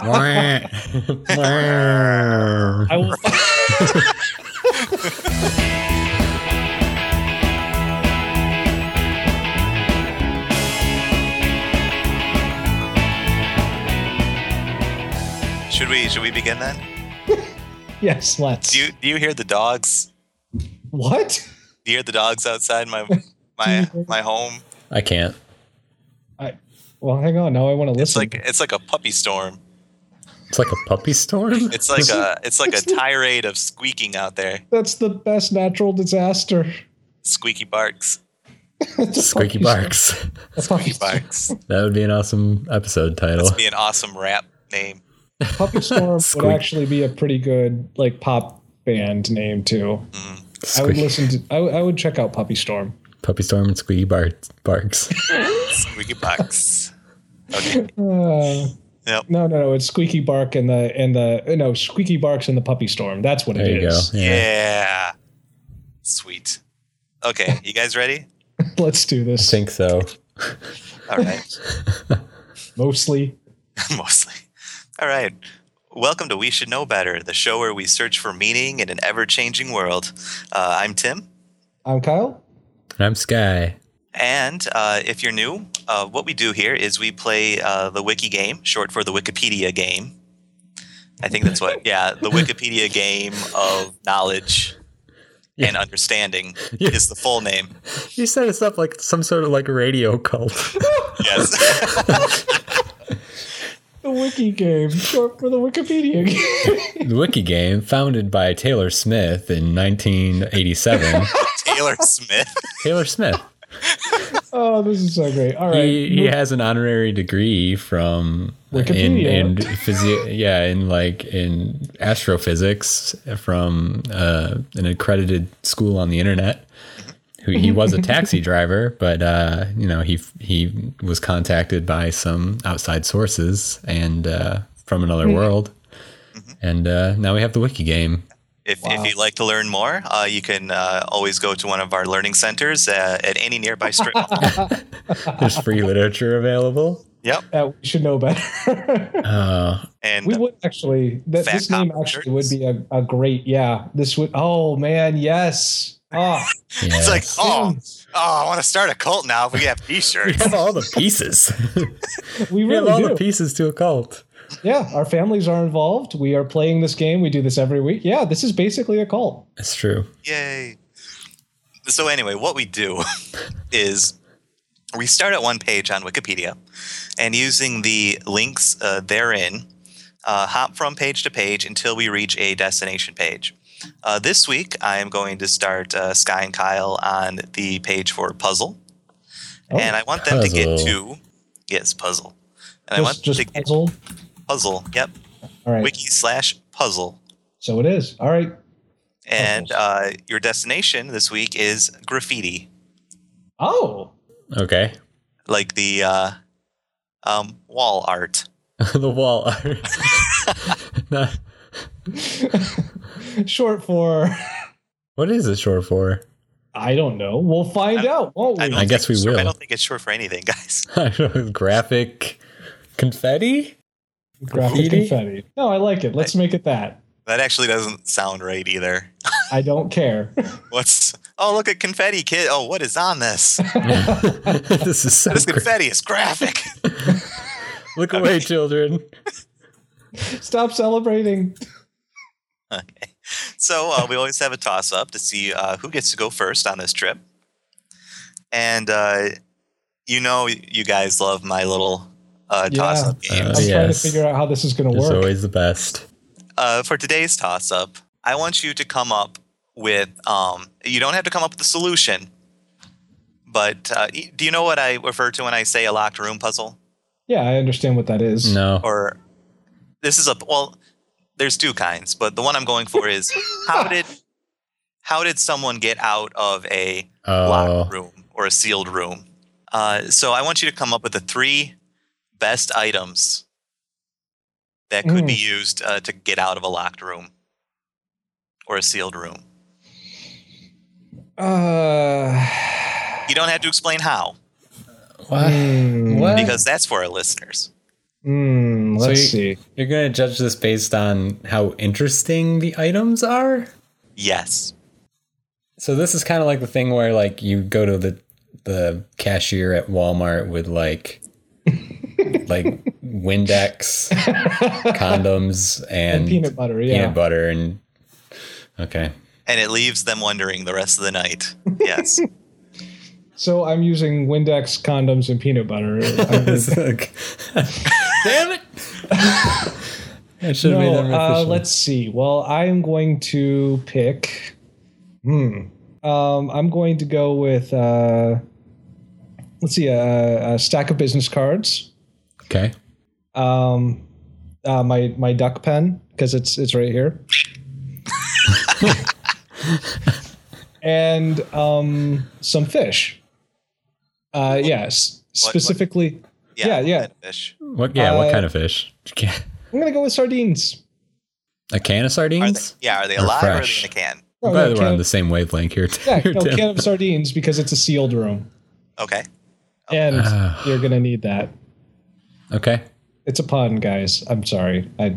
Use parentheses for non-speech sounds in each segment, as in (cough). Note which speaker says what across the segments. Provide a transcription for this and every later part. Speaker 1: (laughs)
Speaker 2: I will.
Speaker 3: Should we should we begin then?
Speaker 2: yes, let's.
Speaker 3: Do you do you hear the dogs?
Speaker 2: what?
Speaker 3: Do you hear the dogs outside my my my home?
Speaker 1: I can't.
Speaker 2: Well, hang on. Now I want to listen.
Speaker 3: It's like it's like a puppy storm.
Speaker 1: It's like a puppy storm.
Speaker 3: It's like a it's like a tirade of squeaking out there.
Speaker 2: That's the best natural disaster.
Speaker 3: (laughs) Squeaky barks.
Speaker 2: It's a
Speaker 1: Squeaky
Speaker 2: puppy
Speaker 1: Barks.
Speaker 2: storm. A puppy
Speaker 3: Squeaky
Speaker 2: storm.
Speaker 3: barks.
Speaker 1: (laughs) That would be an awesome episode title.
Speaker 3: That'd be an awesome rap name.
Speaker 2: Puppy Storm would
Speaker 1: Squeak.
Speaker 2: actually be a pretty good like pop band name too. I would
Speaker 1: Squeak-
Speaker 2: listen to. I would- I would check out Puppy Storm.
Speaker 1: Puppy Storm and Squeaky Bark- Barks.
Speaker 3: Squeaky barks. Okay.
Speaker 2: Uh,
Speaker 3: Yep.
Speaker 2: No, no, no. It's Squeaky Bark and the and the uh, no Squeaky Barks and the Puppy Storm. That's what
Speaker 1: There
Speaker 2: it
Speaker 1: you go.
Speaker 2: is.
Speaker 1: Yeah.
Speaker 3: Yeah. Sweet. Okay, you guys ready?
Speaker 2: (laughs) Let's do
Speaker 1: I
Speaker 2: this.
Speaker 1: think so.
Speaker 3: All right. (laughs)
Speaker 2: Mostly.
Speaker 3: Mostly. All right. Welcome to We Should Know Better, the show where we search for meaning in an ever changing world. Uh, I'm Tim.
Speaker 2: I'm Kyle.
Speaker 1: And I'm Sky.
Speaker 3: And uh, if you're new, uh, what we do here is we play uh, the Wiki game, short for the Wikipedia game. I think that's what, yeah,
Speaker 2: (laughs)
Speaker 3: the Wikipedia game of knowledge and understanding
Speaker 1: Yeah.
Speaker 3: is the full name.
Speaker 1: You set us up like some sort of like radio cult.
Speaker 3: Yes. (laughs)
Speaker 2: The Wiki game, short for the Wikipedia (laughs)
Speaker 1: (laughs)
Speaker 2: game.
Speaker 1: the Wiki game, founded by Taylor Smith in
Speaker 2: (laughs)
Speaker 1: 1987.
Speaker 3: Taylor Smith.
Speaker 1: Taylor Smith.
Speaker 2: oh, this is so great. All right.
Speaker 1: He, he has an honorary degree from in,
Speaker 2: Wikipedia.
Speaker 1: in physi- yeah, in like in astrophysics from uh, an accredited school on the internet. Who he was a
Speaker 2: (laughs)
Speaker 1: taxi driver, but uh, you know he he was contacted by some outside sources and uh, from
Speaker 2: Hmm.
Speaker 1: another world,
Speaker 3: Mm-hmm.
Speaker 1: and uh, now we have the wiki game.
Speaker 3: If,
Speaker 2: Wow.
Speaker 3: if you'd like to learn more, uh, you can uh, always go to one of our learning centers uh, at any
Speaker 2: (laughs)
Speaker 3: nearby strip mall.
Speaker 1: There's free literature available.
Speaker 3: yep.
Speaker 2: Uh, we should know better. (laughs)
Speaker 1: Uh,
Speaker 3: And
Speaker 2: we would actually. That
Speaker 3: Fat
Speaker 2: this name
Speaker 3: cop
Speaker 2: actually would be a, a great. Yeah. This would. Oh man. Yes. Oh.
Speaker 3: it's like,
Speaker 1: yes.
Speaker 3: (laughs) oh, oh, I want to start a cult now if we have t
Speaker 2: (laughs)
Speaker 1: we
Speaker 3: shirts.
Speaker 1: have all the pieces. (laughs)
Speaker 2: We
Speaker 1: we have
Speaker 2: really
Speaker 1: all
Speaker 2: do.
Speaker 1: the pieces to a cult.
Speaker 2: yeah. Our families are involved. We are playing this game. We do this every week. Yeah. This is basically a cult.
Speaker 1: That's true.
Speaker 3: Yay. So, anyway, what we do (laughs) is we start at one page on Wikipedia and using the links uh, therein, uh, hop from page to page until we reach a destination page. Uh, this week, I am going to start uh, Sky and Kyle on the page for puzzle.
Speaker 2: Oh,
Speaker 3: and I want them to get
Speaker 1: puzzle.
Speaker 3: to, yes, puzzle. And I want
Speaker 2: Just,
Speaker 3: them
Speaker 2: just
Speaker 3: to get
Speaker 2: puzzle.
Speaker 3: puzzle, yep,
Speaker 2: All right.
Speaker 3: wiki slash puzzle.
Speaker 2: So it is. All right.
Speaker 3: And uh, your destination this week is graffiti.
Speaker 2: Oh.
Speaker 1: Okay. (laughs)
Speaker 3: like the uh, um, wall art.
Speaker 1: the wall art. (laughs) No.
Speaker 2: Short for. (laughs)
Speaker 1: what is it short for? (laughs)
Speaker 2: I don't know. We'll find out, won't we?
Speaker 1: I guess
Speaker 3: think
Speaker 1: we
Speaker 3: it's short- I
Speaker 1: will.
Speaker 3: don't think it's short for anything, (laughs) guys.
Speaker 1: I don't know, graphic confetti? (laughs)
Speaker 2: Graphic
Speaker 1: Graffiti?
Speaker 2: confetti. No, I like it. Let's make it that.
Speaker 3: That actually doesn't sound right either.
Speaker 2: I don't care. (laughs)
Speaker 3: What's oh look at confetti kid. Oh, what is
Speaker 1: (laughs)
Speaker 3: on this?
Speaker 1: this is so
Speaker 3: This
Speaker 1: great.
Speaker 3: confetti is graphic. (laughs)
Speaker 1: Look away, children.
Speaker 2: Stop celebrating.
Speaker 3: okay, so uh, we always have a toss up to see uh, who gets to go first on this trip, and uh, you know you guys love my little uh,
Speaker 2: Yeah.
Speaker 3: toss up
Speaker 1: Uh,
Speaker 3: games.
Speaker 2: I'm trying to
Speaker 1: yes.
Speaker 2: figure out how this is going to
Speaker 1: It's
Speaker 2: work.
Speaker 1: always the best.
Speaker 3: uh, for today's toss up, I want you to come up with. Um, you don't have to come up with a solution, but uh, y- do you know what I refer to when I say a locked room puzzle?
Speaker 2: yeah, I understand what that is.
Speaker 1: No.
Speaker 3: Or this is a well. There's two kinds, but the one I'm going for is how did how did someone get out of a
Speaker 1: Oh.
Speaker 3: locked room or a sealed room? Uh, so I want you to come up with the three best items that could
Speaker 2: Mm.
Speaker 3: be used uh, to get out of a locked room or a sealed room.
Speaker 2: Uh,
Speaker 3: You don't have to explain how,
Speaker 1: What?
Speaker 2: Hmm.
Speaker 1: What?
Speaker 3: because that's for our listeners.
Speaker 2: Hmm, let's
Speaker 1: you-
Speaker 2: see.
Speaker 1: You're going to judge this based on how interesting the items are?
Speaker 3: Yes.
Speaker 1: So this is kind of like the thing where like you go to the the cashier at Walmart with
Speaker 2: (laughs)
Speaker 1: like like Windex, condoms and,
Speaker 2: Peanut butter, yeah.
Speaker 1: peanut butter and okay.
Speaker 3: And it leaves them wondering the rest of the night. Yes.
Speaker 2: So I'm using Windex condoms and
Speaker 1: (laughs)
Speaker 2: peanut butter. I mean,
Speaker 1: It's like- Damn it.
Speaker 2: (laughs)
Speaker 1: I should have made that
Speaker 2: no,
Speaker 1: more
Speaker 2: uh,
Speaker 1: official.
Speaker 2: let's see. Well, I am going to pick. Hmm. Um, I'm going to go with. Uh, let's see, a, a stack of business cards.
Speaker 1: okay.
Speaker 2: Um, uh, my my duck pen because it's it's right
Speaker 3: (laughs)
Speaker 2: here. and um, some fish. Uh, yes,
Speaker 3: what-
Speaker 2: specifically. (laughs) Yeah, yeah.
Speaker 3: kind of Fish.
Speaker 1: What yeah, what
Speaker 2: Uh,
Speaker 1: kind of fish?
Speaker 2: I'm gonna go with sardines.
Speaker 1: A can of
Speaker 3: Are they,
Speaker 1: sardines?
Speaker 3: yeah, are they
Speaker 1: Or
Speaker 3: alive or are they
Speaker 1: fresh.
Speaker 3: in a can?
Speaker 2: No,
Speaker 1: By
Speaker 2: no,
Speaker 1: the way,
Speaker 2: oh, can
Speaker 1: we're on
Speaker 2: of-
Speaker 1: the same wavelength here. t-
Speaker 2: (laughs)
Speaker 1: (laughs)
Speaker 2: yeah,
Speaker 1: here,
Speaker 2: no,
Speaker 1: Tim.
Speaker 2: can of sardines because it's a sealed room,
Speaker 3: Okay.
Speaker 2: Um.
Speaker 3: Oh.
Speaker 2: and
Speaker 1: Ah.
Speaker 2: you're gonna need that.
Speaker 1: Okay.
Speaker 2: It's a pun, guys. I'm sorry. I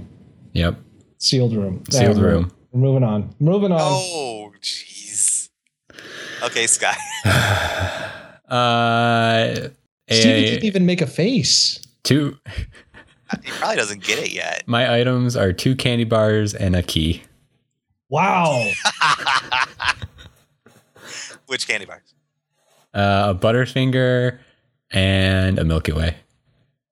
Speaker 1: Yep.
Speaker 2: sealed room.
Speaker 1: Sealed
Speaker 2: Yeah, we're-
Speaker 1: room.
Speaker 2: We're moving on. We're moving on.
Speaker 3: Oh, jeez. Okay, Sky.
Speaker 1: Uh,
Speaker 2: Steven
Speaker 1: a-
Speaker 2: didn't even make a face.
Speaker 1: two.
Speaker 3: (laughs) he probably doesn't get it yet.
Speaker 1: My items are two candy bars and a key.
Speaker 2: Wow.
Speaker 3: Which candy bars?
Speaker 1: Uh, a Butterfinger and a Milky Way.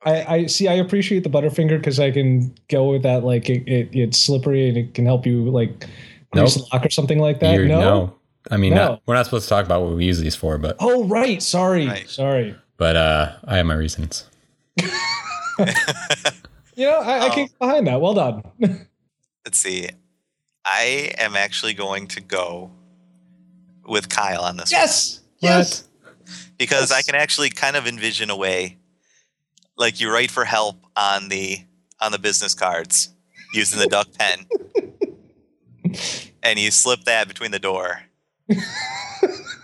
Speaker 2: I, I see. I appreciate the Butterfinger because I can go with that. Like it, it, it's slippery and it can help you like grease
Speaker 1: Nope.
Speaker 2: a lock or something like that.
Speaker 1: You're-
Speaker 2: Uh, No?
Speaker 1: I mean,
Speaker 2: No.
Speaker 1: not, we're not supposed to talk about what we use these for, but
Speaker 2: Oh right. Sorry.
Speaker 3: Right.
Speaker 2: Sorry.
Speaker 1: but uh, I have my reasons.
Speaker 2: You know, I, I
Speaker 3: Oh.
Speaker 2: can get behind that. Well done. (laughs)
Speaker 3: Let's see. I am actually going to go with Kyle on this one.
Speaker 2: yes. Yes.
Speaker 3: because I
Speaker 2: Yes.
Speaker 3: can actually kind of envision a way, like you write for help on the on the business cards using the duck pen, and you slip that between the door,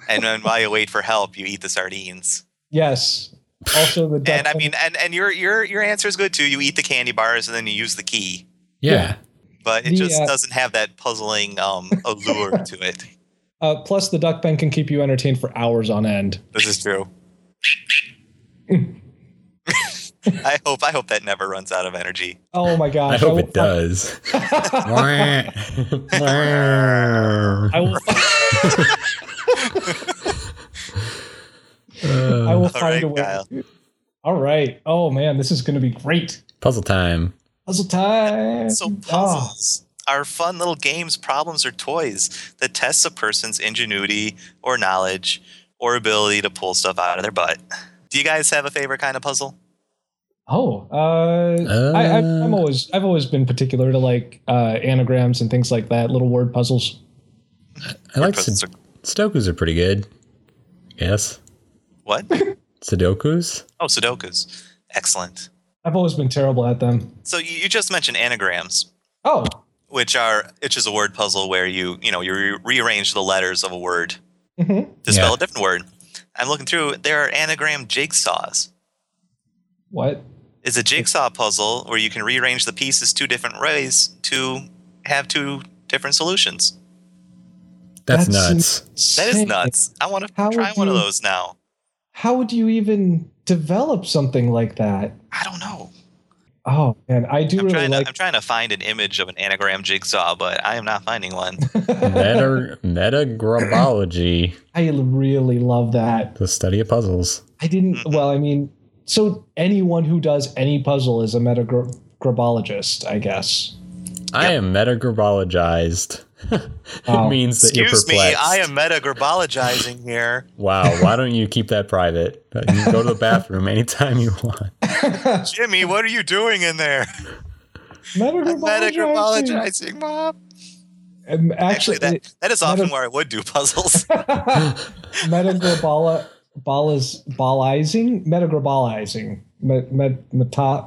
Speaker 3: and then while you wait for help, you eat the sardines.
Speaker 2: Yes. Also the duck
Speaker 3: And I mean, and and your your your answer is good too. You eat the candy bars and then you use the key,
Speaker 1: Yeah.
Speaker 2: Yeah.
Speaker 3: but it
Speaker 2: The,
Speaker 3: just
Speaker 2: uh,
Speaker 3: doesn't have that puzzling um, allure to it.
Speaker 2: Uh, plus, the duck pen can keep you entertained for hours on end.
Speaker 3: This is (laughs) true. I hope I hope that never runs out of energy.
Speaker 2: Oh
Speaker 1: (laughs)
Speaker 2: my
Speaker 1: I
Speaker 2: gosh!
Speaker 1: hope
Speaker 2: will
Speaker 1: it does.
Speaker 2: (laughs) I will. I will
Speaker 3: (laughs) All
Speaker 2: find
Speaker 3: right,
Speaker 2: a way.
Speaker 3: Kyle.
Speaker 2: All right. Oh man, this is going to be great.
Speaker 1: (laughs) Puzzle time.
Speaker 2: Puzzle time. Ah.
Speaker 3: So puzzles are fun little games, problems, or toys that test a person's ingenuity or knowledge or ability to pull stuff out of their butt. Do you guys have a favorite kind of puzzle?
Speaker 2: Oh, uh, I, I, I'm
Speaker 1: Uh.
Speaker 2: always I've always been particular to like uh, anagrams and things like that, little word puzzles.
Speaker 1: I like
Speaker 3: puzzles
Speaker 1: Sud- Sudoku's are pretty good. Yes.
Speaker 3: What?
Speaker 1: Sudoku's?
Speaker 3: oh, Sudokus. Excellent.
Speaker 2: I've always been terrible at them.
Speaker 3: So you, you just mentioned anagrams,
Speaker 2: Oh,
Speaker 3: which are which is a word puzzle where you you know you re- rearrange the letters of a word
Speaker 2: Mhm.
Speaker 3: to spell
Speaker 1: Yeah.
Speaker 3: a different word. I'm looking through. There are anagram jigsaws.
Speaker 2: what?
Speaker 3: It's a jigsaw puzzle where you can rearrange the pieces two different ways to have two different solutions.
Speaker 1: That's,
Speaker 2: That's
Speaker 1: nuts.
Speaker 3: That is
Speaker 2: insane.
Speaker 3: nuts. I want to
Speaker 2: How
Speaker 3: try
Speaker 2: would
Speaker 3: one of
Speaker 2: you-
Speaker 3: those now.
Speaker 2: How would you even develop something like that?
Speaker 3: I don't know.
Speaker 2: Oh man, I do
Speaker 3: I'm
Speaker 2: really
Speaker 3: trying
Speaker 2: like.
Speaker 3: to I'm trying to find an image of an anagram jigsaw, but I am not finding one.
Speaker 1: (laughs) Meta metagrabology,
Speaker 2: (laughs) I really love that.
Speaker 1: the study of puzzles.
Speaker 2: I didn't. Well, I mean, so anyone who does any puzzle is a metagrabologist, I
Speaker 3: (laughs)
Speaker 2: guess.
Speaker 1: I am (laughs) metagrabologized.
Speaker 2: Wow.
Speaker 1: it means that you're
Speaker 3: Excuse me,
Speaker 1: perplexed.
Speaker 3: I am metagrabologizing here.
Speaker 1: Wow, why don't you keep that private? You can go to the bathroom anytime you want.
Speaker 3: Jimmy, what are you doing in there? I'm
Speaker 2: Metagrabologist.
Speaker 3: metagrabologizing, mom.
Speaker 2: Um,
Speaker 3: Actually,
Speaker 2: Actually,
Speaker 3: that that is often
Speaker 2: meta-
Speaker 3: where I would do (laughs) puzzles.
Speaker 2: (laughs) metagrabala balas balizing metagrabolizing met, met, meta,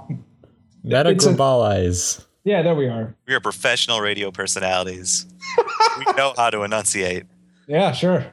Speaker 1: Metagrabolize.
Speaker 2: yeah there we are
Speaker 3: we are professional radio personalities. we (laughs) know how to enunciate.
Speaker 2: yeah sure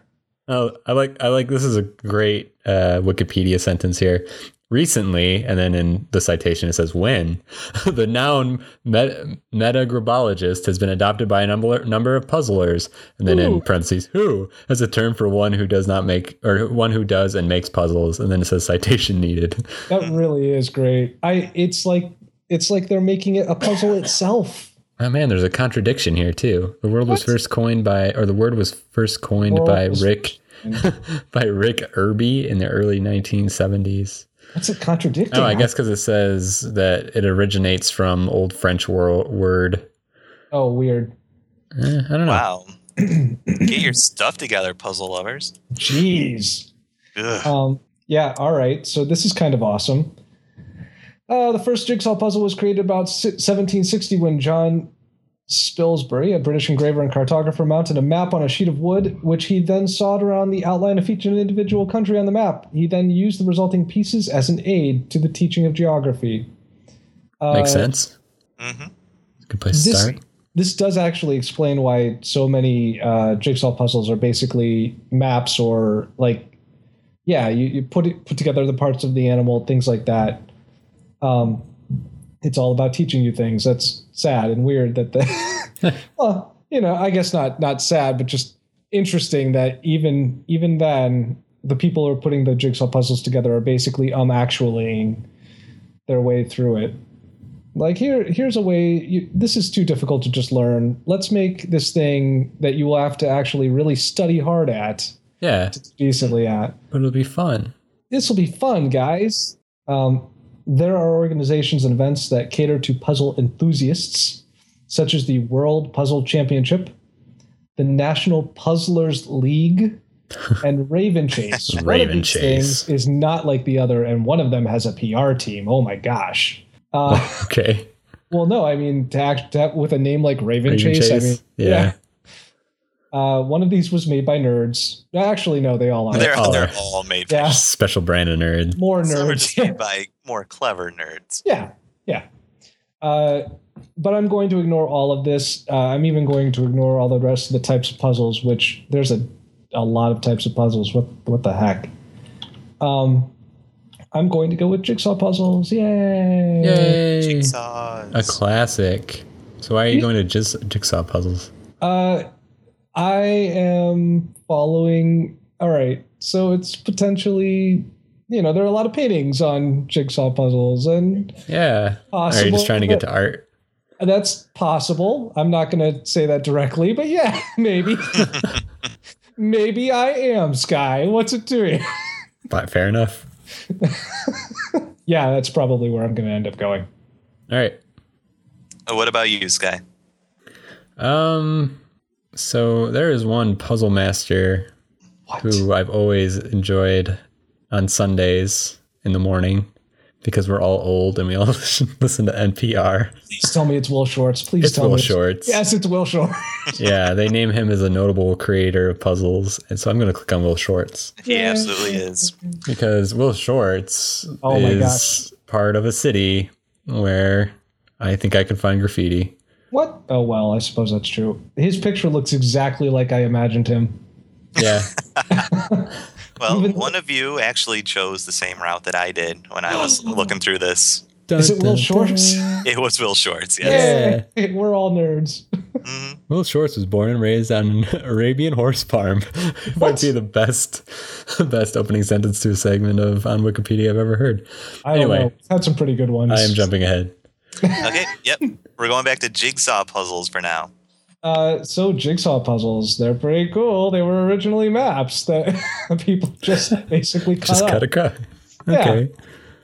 Speaker 1: Oh, I like I like this is a great uh, Wikipedia sentence here. recently, and then in the citation it says when (laughs) the noun met- metagrobologist has been adopted by a number number of puzzlers, and then in
Speaker 4: Ooh.
Speaker 1: parentheses who as a term for one who does not make or one who does and makes puzzles, and then it says citation needed.
Speaker 2: That really is great. I it's like it's like they're making it a puzzle itself.
Speaker 1: Oh man, there's a contradiction here too. The world was
Speaker 2: What?
Speaker 1: first coined by, or the word was first coined
Speaker 2: World
Speaker 1: by
Speaker 2: was
Speaker 1: Rick, (laughs) by Rick Irby in the early 1970s.
Speaker 2: That's a contradiction.
Speaker 1: Oh, I guess because it says that it originates from old French wor- word.
Speaker 2: Oh, weird.
Speaker 1: Eh, I don't know.
Speaker 2: (clears throat)
Speaker 3: Wow. Get your stuff together, puzzle lovers.
Speaker 2: Jeez.
Speaker 3: Ugh.
Speaker 2: Um, yeah, all right. So this is kind of awesome. Uh, the first jigsaw puzzle was created about si- 1760 when John Spilsbury, a British engraver and cartographer, mounted a map on a sheet of wood, which he then sawed around the outline of each individual country on the map. He then used the resulting pieces as an aid to the teaching of geography. Uh,
Speaker 1: Makes sense.
Speaker 3: Mhm.
Speaker 1: Good place to
Speaker 2: this-
Speaker 1: start.
Speaker 2: This does actually explain why so many uh, jigsaw puzzles are basically maps or like, yeah, you, you put it, put together the parts of the animal, things like that. Um, it's all about teaching you things. That's sad and weird that the, (laughs) well, you know, I guess not not sad, but just interesting that even even then the people who are putting the jigsaw puzzles together are basically um actually their way through it like here here's a way you, this is too difficult to just learn let's make this thing that you will have to actually really study hard at
Speaker 1: Yeah,
Speaker 2: decently at
Speaker 1: but it'll be
Speaker 2: (laughs)
Speaker 1: fun. (laughs)
Speaker 2: this will be fun guys um, there are organizations and events that cater to puzzle enthusiasts such as the world puzzle championship the national
Speaker 1: (laughs)
Speaker 2: puzzlers league and raven chase One of
Speaker 1: Raven
Speaker 2: these
Speaker 1: Chase.
Speaker 2: things is not like the other and one of them has a pr team oh my gosh
Speaker 1: (laughs)
Speaker 2: uh,
Speaker 1: Okay.
Speaker 2: Well, no, I mean to act to have, with a name like Raven,
Speaker 1: Raven
Speaker 2: Chase. I
Speaker 1: Chase?
Speaker 2: mean,
Speaker 1: Yeah.
Speaker 2: Uh, one of these was made by nerds. Actually, no, they all are.
Speaker 3: They're,
Speaker 1: Oh.
Speaker 3: they're all made for
Speaker 2: yeah,
Speaker 1: Special brand of nerd.
Speaker 3: (laughs)
Speaker 2: more
Speaker 3: Some are
Speaker 2: nerds. (laughs)
Speaker 3: just made by more clever nerds.
Speaker 2: Yeah, yeah. Uh, but I'm going to ignore all of this. Uh, I'm even going to ignore all the rest of the types of puzzles, which there's a, a lot of types of puzzles. What what the heck? Um, I'm going to go with jigsaw puzzles. Yay!
Speaker 1: Yay!
Speaker 3: Jigsaws.
Speaker 1: A classic. So why are you going to just jigsaw puzzles?
Speaker 2: Uh, I am following. All right, so it's potentially, you know, there are a lot of paintings on jigsaw puzzles, and
Speaker 1: Yeah. Or are you
Speaker 2: Possible,
Speaker 1: just trying to get
Speaker 2: but-
Speaker 1: to art?
Speaker 2: that's possible. I'm not going to say that directly, but yeah, (laughs)
Speaker 1: (laughs)
Speaker 2: maybe. maybe I am Sky. What's it doing? (laughs)
Speaker 1: But fair enough.
Speaker 2: yeah, that's probably where I'm going to end up going.
Speaker 1: All right.
Speaker 3: Uh, What about you, Sky?
Speaker 1: Um. So there is one puzzle master
Speaker 2: What?
Speaker 1: who I've always enjoyed on Sundays in the morning because we're all old and we all (laughs) listen to NPR.
Speaker 2: Please tell me it's Will Shorts. Please
Speaker 1: It's
Speaker 2: tell
Speaker 1: Will
Speaker 2: me.
Speaker 1: Shorts.
Speaker 2: Yes, it's Will Shorts. (laughs)
Speaker 1: Yeah, they name him as a notable creator of puzzles, and so I'm going to click on Will Shorts
Speaker 3: He
Speaker 2: Yeah.
Speaker 3: absolutely is.
Speaker 1: because Will Shorts
Speaker 2: Oh my
Speaker 1: is
Speaker 2: gosh.
Speaker 1: part of a city where I think I could find graffiti.
Speaker 2: what? Oh, well, I suppose that's true. His picture looks exactly like I imagined him. (laughs)
Speaker 1: Yeah.
Speaker 3: Well,
Speaker 2: Even-
Speaker 3: one of you actually chose the same route that I did when
Speaker 2: (gasps)
Speaker 3: I was looking through this.
Speaker 2: Is it Will Shorts?
Speaker 3: It was Will Shorts, yes.
Speaker 2: Yeah, (laughs) we're all nerds.
Speaker 3: Mhm.
Speaker 1: Will Shorts was born and raised on an (laughs) Arabian horse farm. (laughs) It might
Speaker 2: What?
Speaker 1: be the best, (laughs) best opening sentence to a segment of on Wikipedia I've ever heard.
Speaker 2: I don't
Speaker 1: Anyway.
Speaker 2: know. Had some pretty good ones.
Speaker 1: I am jumping ahead.
Speaker 3: Okay, yep. We're going back to jigsaw puzzles for now.
Speaker 2: Uh, so jigsaw puzzles, they're pretty cool. They were originally maps that (laughs) people just basically cut
Speaker 1: Just
Speaker 2: up.
Speaker 1: cut a cut.
Speaker 2: (laughs) Yeah.
Speaker 1: Okay.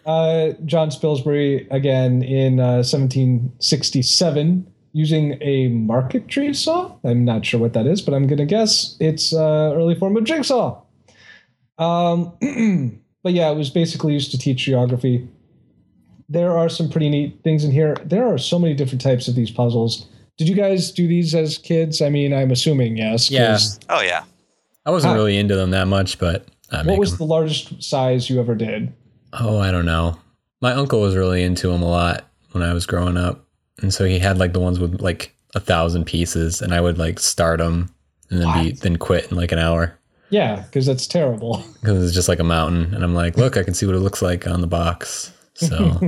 Speaker 2: uh, John Spilsbury again in uh, 1767 using a marquetry saw. I'm not sure what that is, but I'm going to guess it's uh, early form of jigsaw. Um, (clears throat) but yeah, it was basically used to teach geography. There are some pretty neat things in here. There are so many different types of these puzzles. Did you guys do these as kids? I mean, I'm assuming yes. 'cause
Speaker 1: Yeah.
Speaker 3: Oh, yeah.
Speaker 1: I wasn't
Speaker 2: Ah.
Speaker 1: really into them that much, but I
Speaker 2: What
Speaker 1: make
Speaker 2: was
Speaker 1: them.
Speaker 2: the largest size you ever did?
Speaker 1: Oh, I don't know. My uncle was really into them a lot when I was growing up, and so he had like the ones with like a thousand pieces, and I would like start them and then be then quit in like an hour.
Speaker 2: Yeah, because that's terrible. (laughs)
Speaker 1: because it's just like a mountain. And I'm like, look, I can see what it looks like on the box.
Speaker 2: (laughs)
Speaker 1: So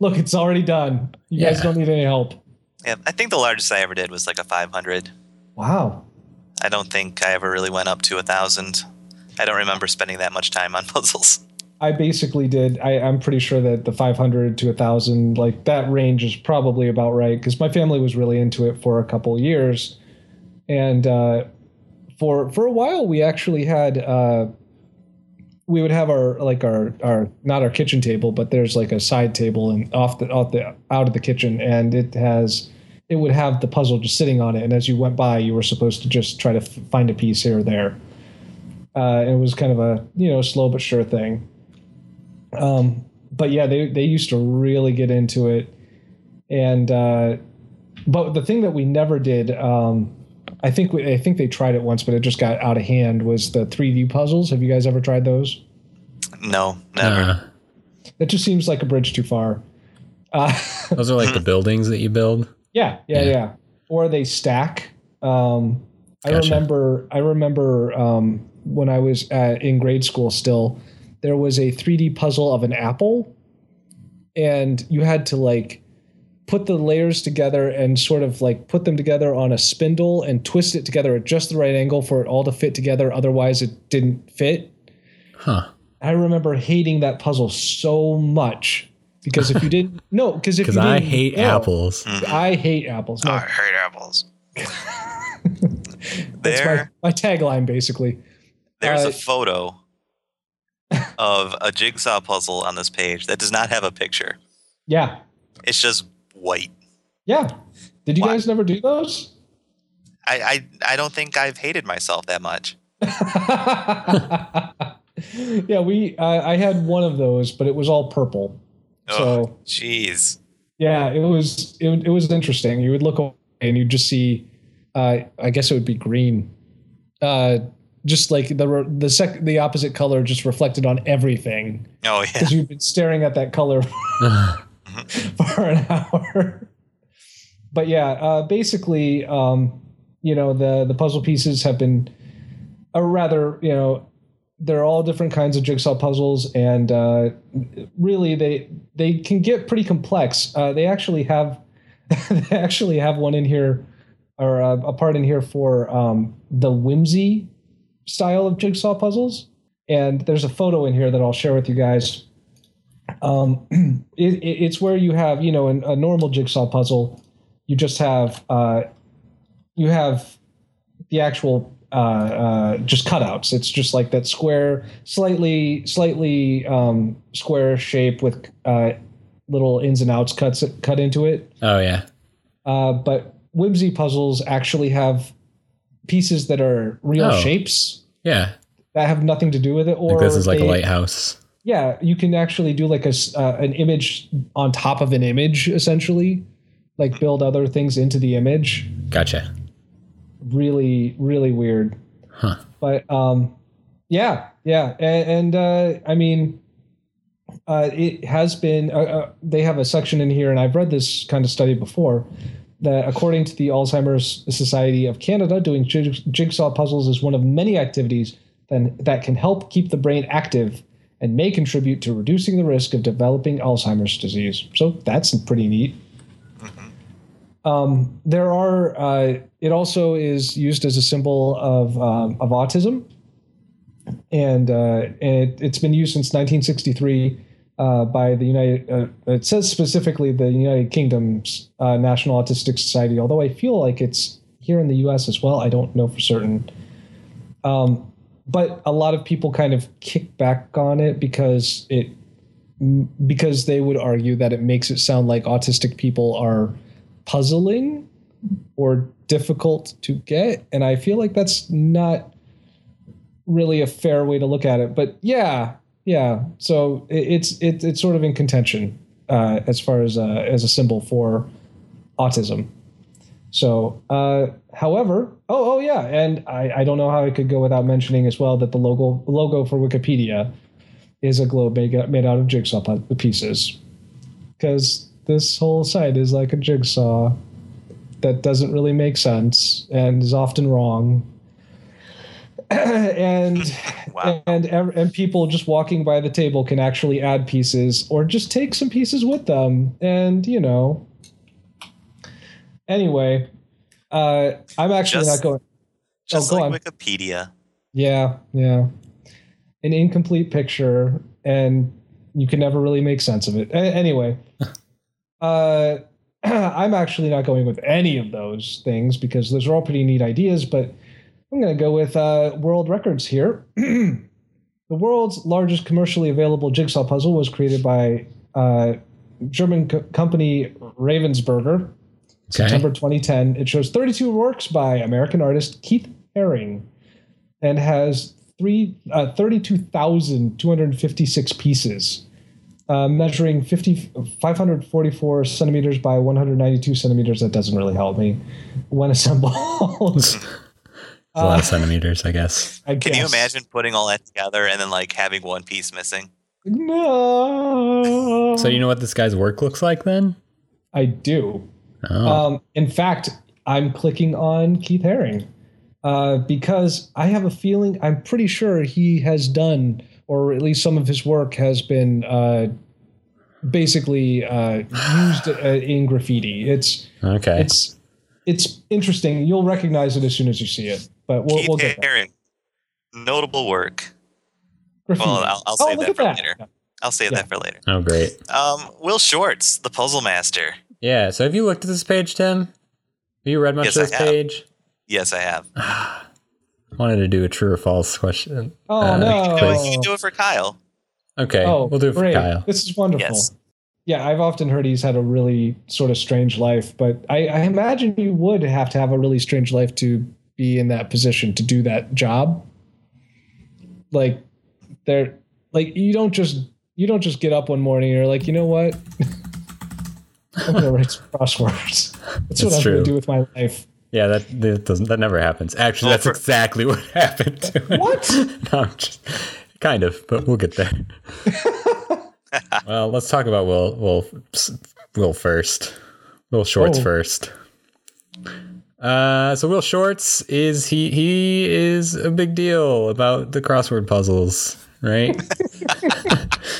Speaker 2: Look, it's already done. You guys
Speaker 1: Yeah.
Speaker 2: don't need any help.
Speaker 3: Yeah, I think the largest I ever did was like a 500.
Speaker 2: Wow.
Speaker 3: I don't think I ever really went up to a thousand. I don't remember spending that much time on (laughs) puzzles.
Speaker 2: I basically did. I, I'm pretty sure that the 500 to 1,000, like that range is probably about right because my family was really into it for a couple years, and uh, for for a while we actually had uh, we would have our like our our not our kitchen table, but there's like a side table and off the off the out of the kitchen, and it has it would have the puzzle just sitting on it, and as you went by, you were supposed to just try to f- find a piece here or there. Uh, it was kind of a you know slow but sure thing Um, but yeah, they they used to really get into it, and uh, but the thing that we never did, um, I think we, I think they tried it once, but it just got out of hand. Was the three D puzzles? Have you guys ever tried those?
Speaker 3: No, never.
Speaker 1: uh,
Speaker 2: That just seems like a bridge too far. Uh, (laughs)
Speaker 1: those are like
Speaker 3: Hmm.
Speaker 1: the buildings that you build.
Speaker 2: Yeah, yeah, yeah.
Speaker 1: Yeah.
Speaker 2: Or they stack. Um, I
Speaker 1: Gotcha.
Speaker 2: remember. I remember um, when I was at, in grade school. Still, there was a 3D puzzle of an apple, and you had to like put the layers together and sort of like put them together on a spindle and twist it together at just the right angle for it all to fit together. Otherwise, it didn't fit.
Speaker 1: Huh.
Speaker 2: I remember hating that puzzle so much
Speaker 1: (laughs)
Speaker 2: because if you didn't, no, because if
Speaker 1: Because
Speaker 2: you
Speaker 1: I
Speaker 2: didn't
Speaker 1: hate
Speaker 2: know-
Speaker 1: apples. (laughs)
Speaker 3: Mm.
Speaker 2: I hate apples. No,
Speaker 3: hate apples.
Speaker 2: (laughs) That's my,
Speaker 3: there,
Speaker 2: my tagline, basically.
Speaker 3: there's
Speaker 2: uh,
Speaker 3: a photo of a jigsaw puzzle on this page that does not have a picture.
Speaker 2: Yeah.
Speaker 3: It's just white.
Speaker 2: Yeah. Did you
Speaker 3: Why?
Speaker 2: guys never do those? (laughs)
Speaker 3: I, I, I don't think I've hated myself that much.
Speaker 2: yeah, we. Uh, I had one of those, but it was all purple.
Speaker 3: Oh, jeez.
Speaker 2: Yeah, it was. It, it was interesting. You would look away and you'd just see. Uh, I guess it would be green. Uh, just like the re- the sec- the opposite color just reflected on everything
Speaker 3: Oh, (laughs) yeah.
Speaker 2: because you've been staring at that color
Speaker 1: Oh,
Speaker 2: (laughs) for an hour. But yeah, uh, basically, um, you know, the the puzzle pieces have been, or rather, you know, they're all different kinds of jigsaw puzzles, and uh, really, they they can get pretty complex. Uh, they actually have (laughs) they actually have one in here, or uh, a, a part in here for um, the whimsy style of jigsaw puzzles. And there's a photo in here that I'll share with you guys Um, (clears throat) it, it, it's where you have you know in a normal jigsaw puzzle you just have uh, you have the actual uh, uh, just cutouts it's just like that square slightly slightly um, square shape with uh, little ins and outs cuts cut into it
Speaker 1: Oh yeah.
Speaker 2: uh, but whimsy puzzles actually have pieces that are real
Speaker 1: Oh.
Speaker 2: shapes
Speaker 1: Yeah.
Speaker 2: that have nothing to do with it or
Speaker 1: Like this is like a
Speaker 2: they-
Speaker 1: lighthouse.
Speaker 2: yeah you can actually do like a s- uh, an image on top of an image essentially like build other things into the image
Speaker 1: Gotcha.
Speaker 2: really really weird
Speaker 1: Huh.
Speaker 2: but um yeah yeah and, and uh i mean uh it has been uh, uh, they have a section in here and i've read this kind of study before that according to the alzheimer's society of canada doing jig- jigsaw puzzles is one of many activities then that can help keep the brain active and may contribute to reducing the risk of developing alzheimer's disease so that's pretty neat Um, there are uh, it also is used as a symbol of um, of autism and uh, and it, it's been used since 1963 uh, by the United uh, it says specifically the United Kingdom's uh, National Autistic Society although I feel like it's here in the US as well I don't know for certain um, but a lot of people kind of kick back on it because it because they would argue that it makes it sound like autistic people are puzzling or difficult to get. And I feel like that's not really a fair way to look at it. But yeah, yeah. So it, it's it, it's sort of in contention uh, as far as uh, as a symbol for autism. So, uh, however, oh, oh yeah, and I, I don't know how I could go without mentioning as well that the logo logo for Wikipedia is a globe made, made out of jigsaw pu- pieces because this whole site is like a jigsaw that doesn't really make sense and is often wrong. (clears throat) and
Speaker 3: (laughs) Wow.
Speaker 2: and ev- and people just walking by the table can actually add pieces or just take some pieces with them and you know anyway uh i'm actually
Speaker 3: Just-
Speaker 2: not going
Speaker 3: Just
Speaker 2: Oh, go
Speaker 3: like
Speaker 2: on.
Speaker 3: Wikipedia.
Speaker 2: yeah yeah an incomplete picture and you can never really make sense of it A- anyway uh (clears throat) i'm actually not going with any of those things because those are all pretty neat ideas but i'm going to go with uh world records here (clears throat) the world's largest commercially available jigsaw puzzle was created by uh german co- company ravensburger
Speaker 1: Okay.
Speaker 2: September 2010. It shows 32 works by American artist Keith Haring and has three uh, 32,256 pieces, uh, measuring 50, 544 centimeters by 192 centimeters. That doesn't really help me when assembled. (laughs)
Speaker 1: It's a lot of centimeters, I guess.
Speaker 2: I
Speaker 3: Can you
Speaker 2: guess.
Speaker 3: imagine putting all that together and then like having one piece missing?
Speaker 2: No.
Speaker 1: So you know what this guy's work looks like then?
Speaker 2: I do.
Speaker 1: Oh,
Speaker 2: Um, in fact, I'm clicking on Keith Haring uh, because I have a feeling I'm pretty sure he has done, or at least some of his work has been uh, basically uh, used uh, in graffiti. It's
Speaker 1: okay.
Speaker 2: Uh, it's it's interesting. You'll recognize it as soon as you see it. But we'll,
Speaker 3: Keith
Speaker 2: we'll get there.
Speaker 3: Haring. Notable work.
Speaker 2: Graffiti.
Speaker 3: Well, I'll- I'll
Speaker 2: oh,
Speaker 3: save
Speaker 2: look
Speaker 3: that
Speaker 2: at
Speaker 3: for
Speaker 2: that.
Speaker 3: later. I'll save
Speaker 2: Yeah.
Speaker 3: that for later.
Speaker 1: oh, great.
Speaker 3: Um, Will Shorts, the Puzzle Master.
Speaker 1: Yeah. So have you looked at this page, Tim? Have you read much
Speaker 3: Yes, I
Speaker 1: of this
Speaker 3: have.
Speaker 1: page? (sighs)
Speaker 3: Yes, I have.
Speaker 1: Wanted to do a true or false question.
Speaker 2: Oh
Speaker 1: Uh,
Speaker 2: no!
Speaker 1: Chris.
Speaker 3: You can do it for Kyle.
Speaker 1: Okay,
Speaker 2: Oh,
Speaker 1: we'll do it for
Speaker 2: great.
Speaker 1: Kyle.
Speaker 2: This is wonderful.
Speaker 3: Yes.
Speaker 2: Yeah, I've often heard he's had a really sort of strange life, but I, I imagine you would have to have a really strange life to be in that position to do that job. Like, there, like you don't just you don't just get up one morning and you're like, you know what? (laughs) I'm gonna write some crosswords. (laughs) That's, what
Speaker 1: That's
Speaker 2: I'm
Speaker 1: true.
Speaker 2: gonna do with my life.
Speaker 1: Yeah, that, that doesn't that never happens. Actually,
Speaker 3: Oh,
Speaker 1: that's
Speaker 3: for-
Speaker 1: exactly (laughs) what happened. To him.
Speaker 2: What?
Speaker 1: no, I'm just kind of, but we'll get there. well, let's talk about Will. Will. Will first. Will Shorts
Speaker 2: Oh.
Speaker 1: first. Uh, so Will Shorts is he? He is a big deal about the crossword puzzles, right?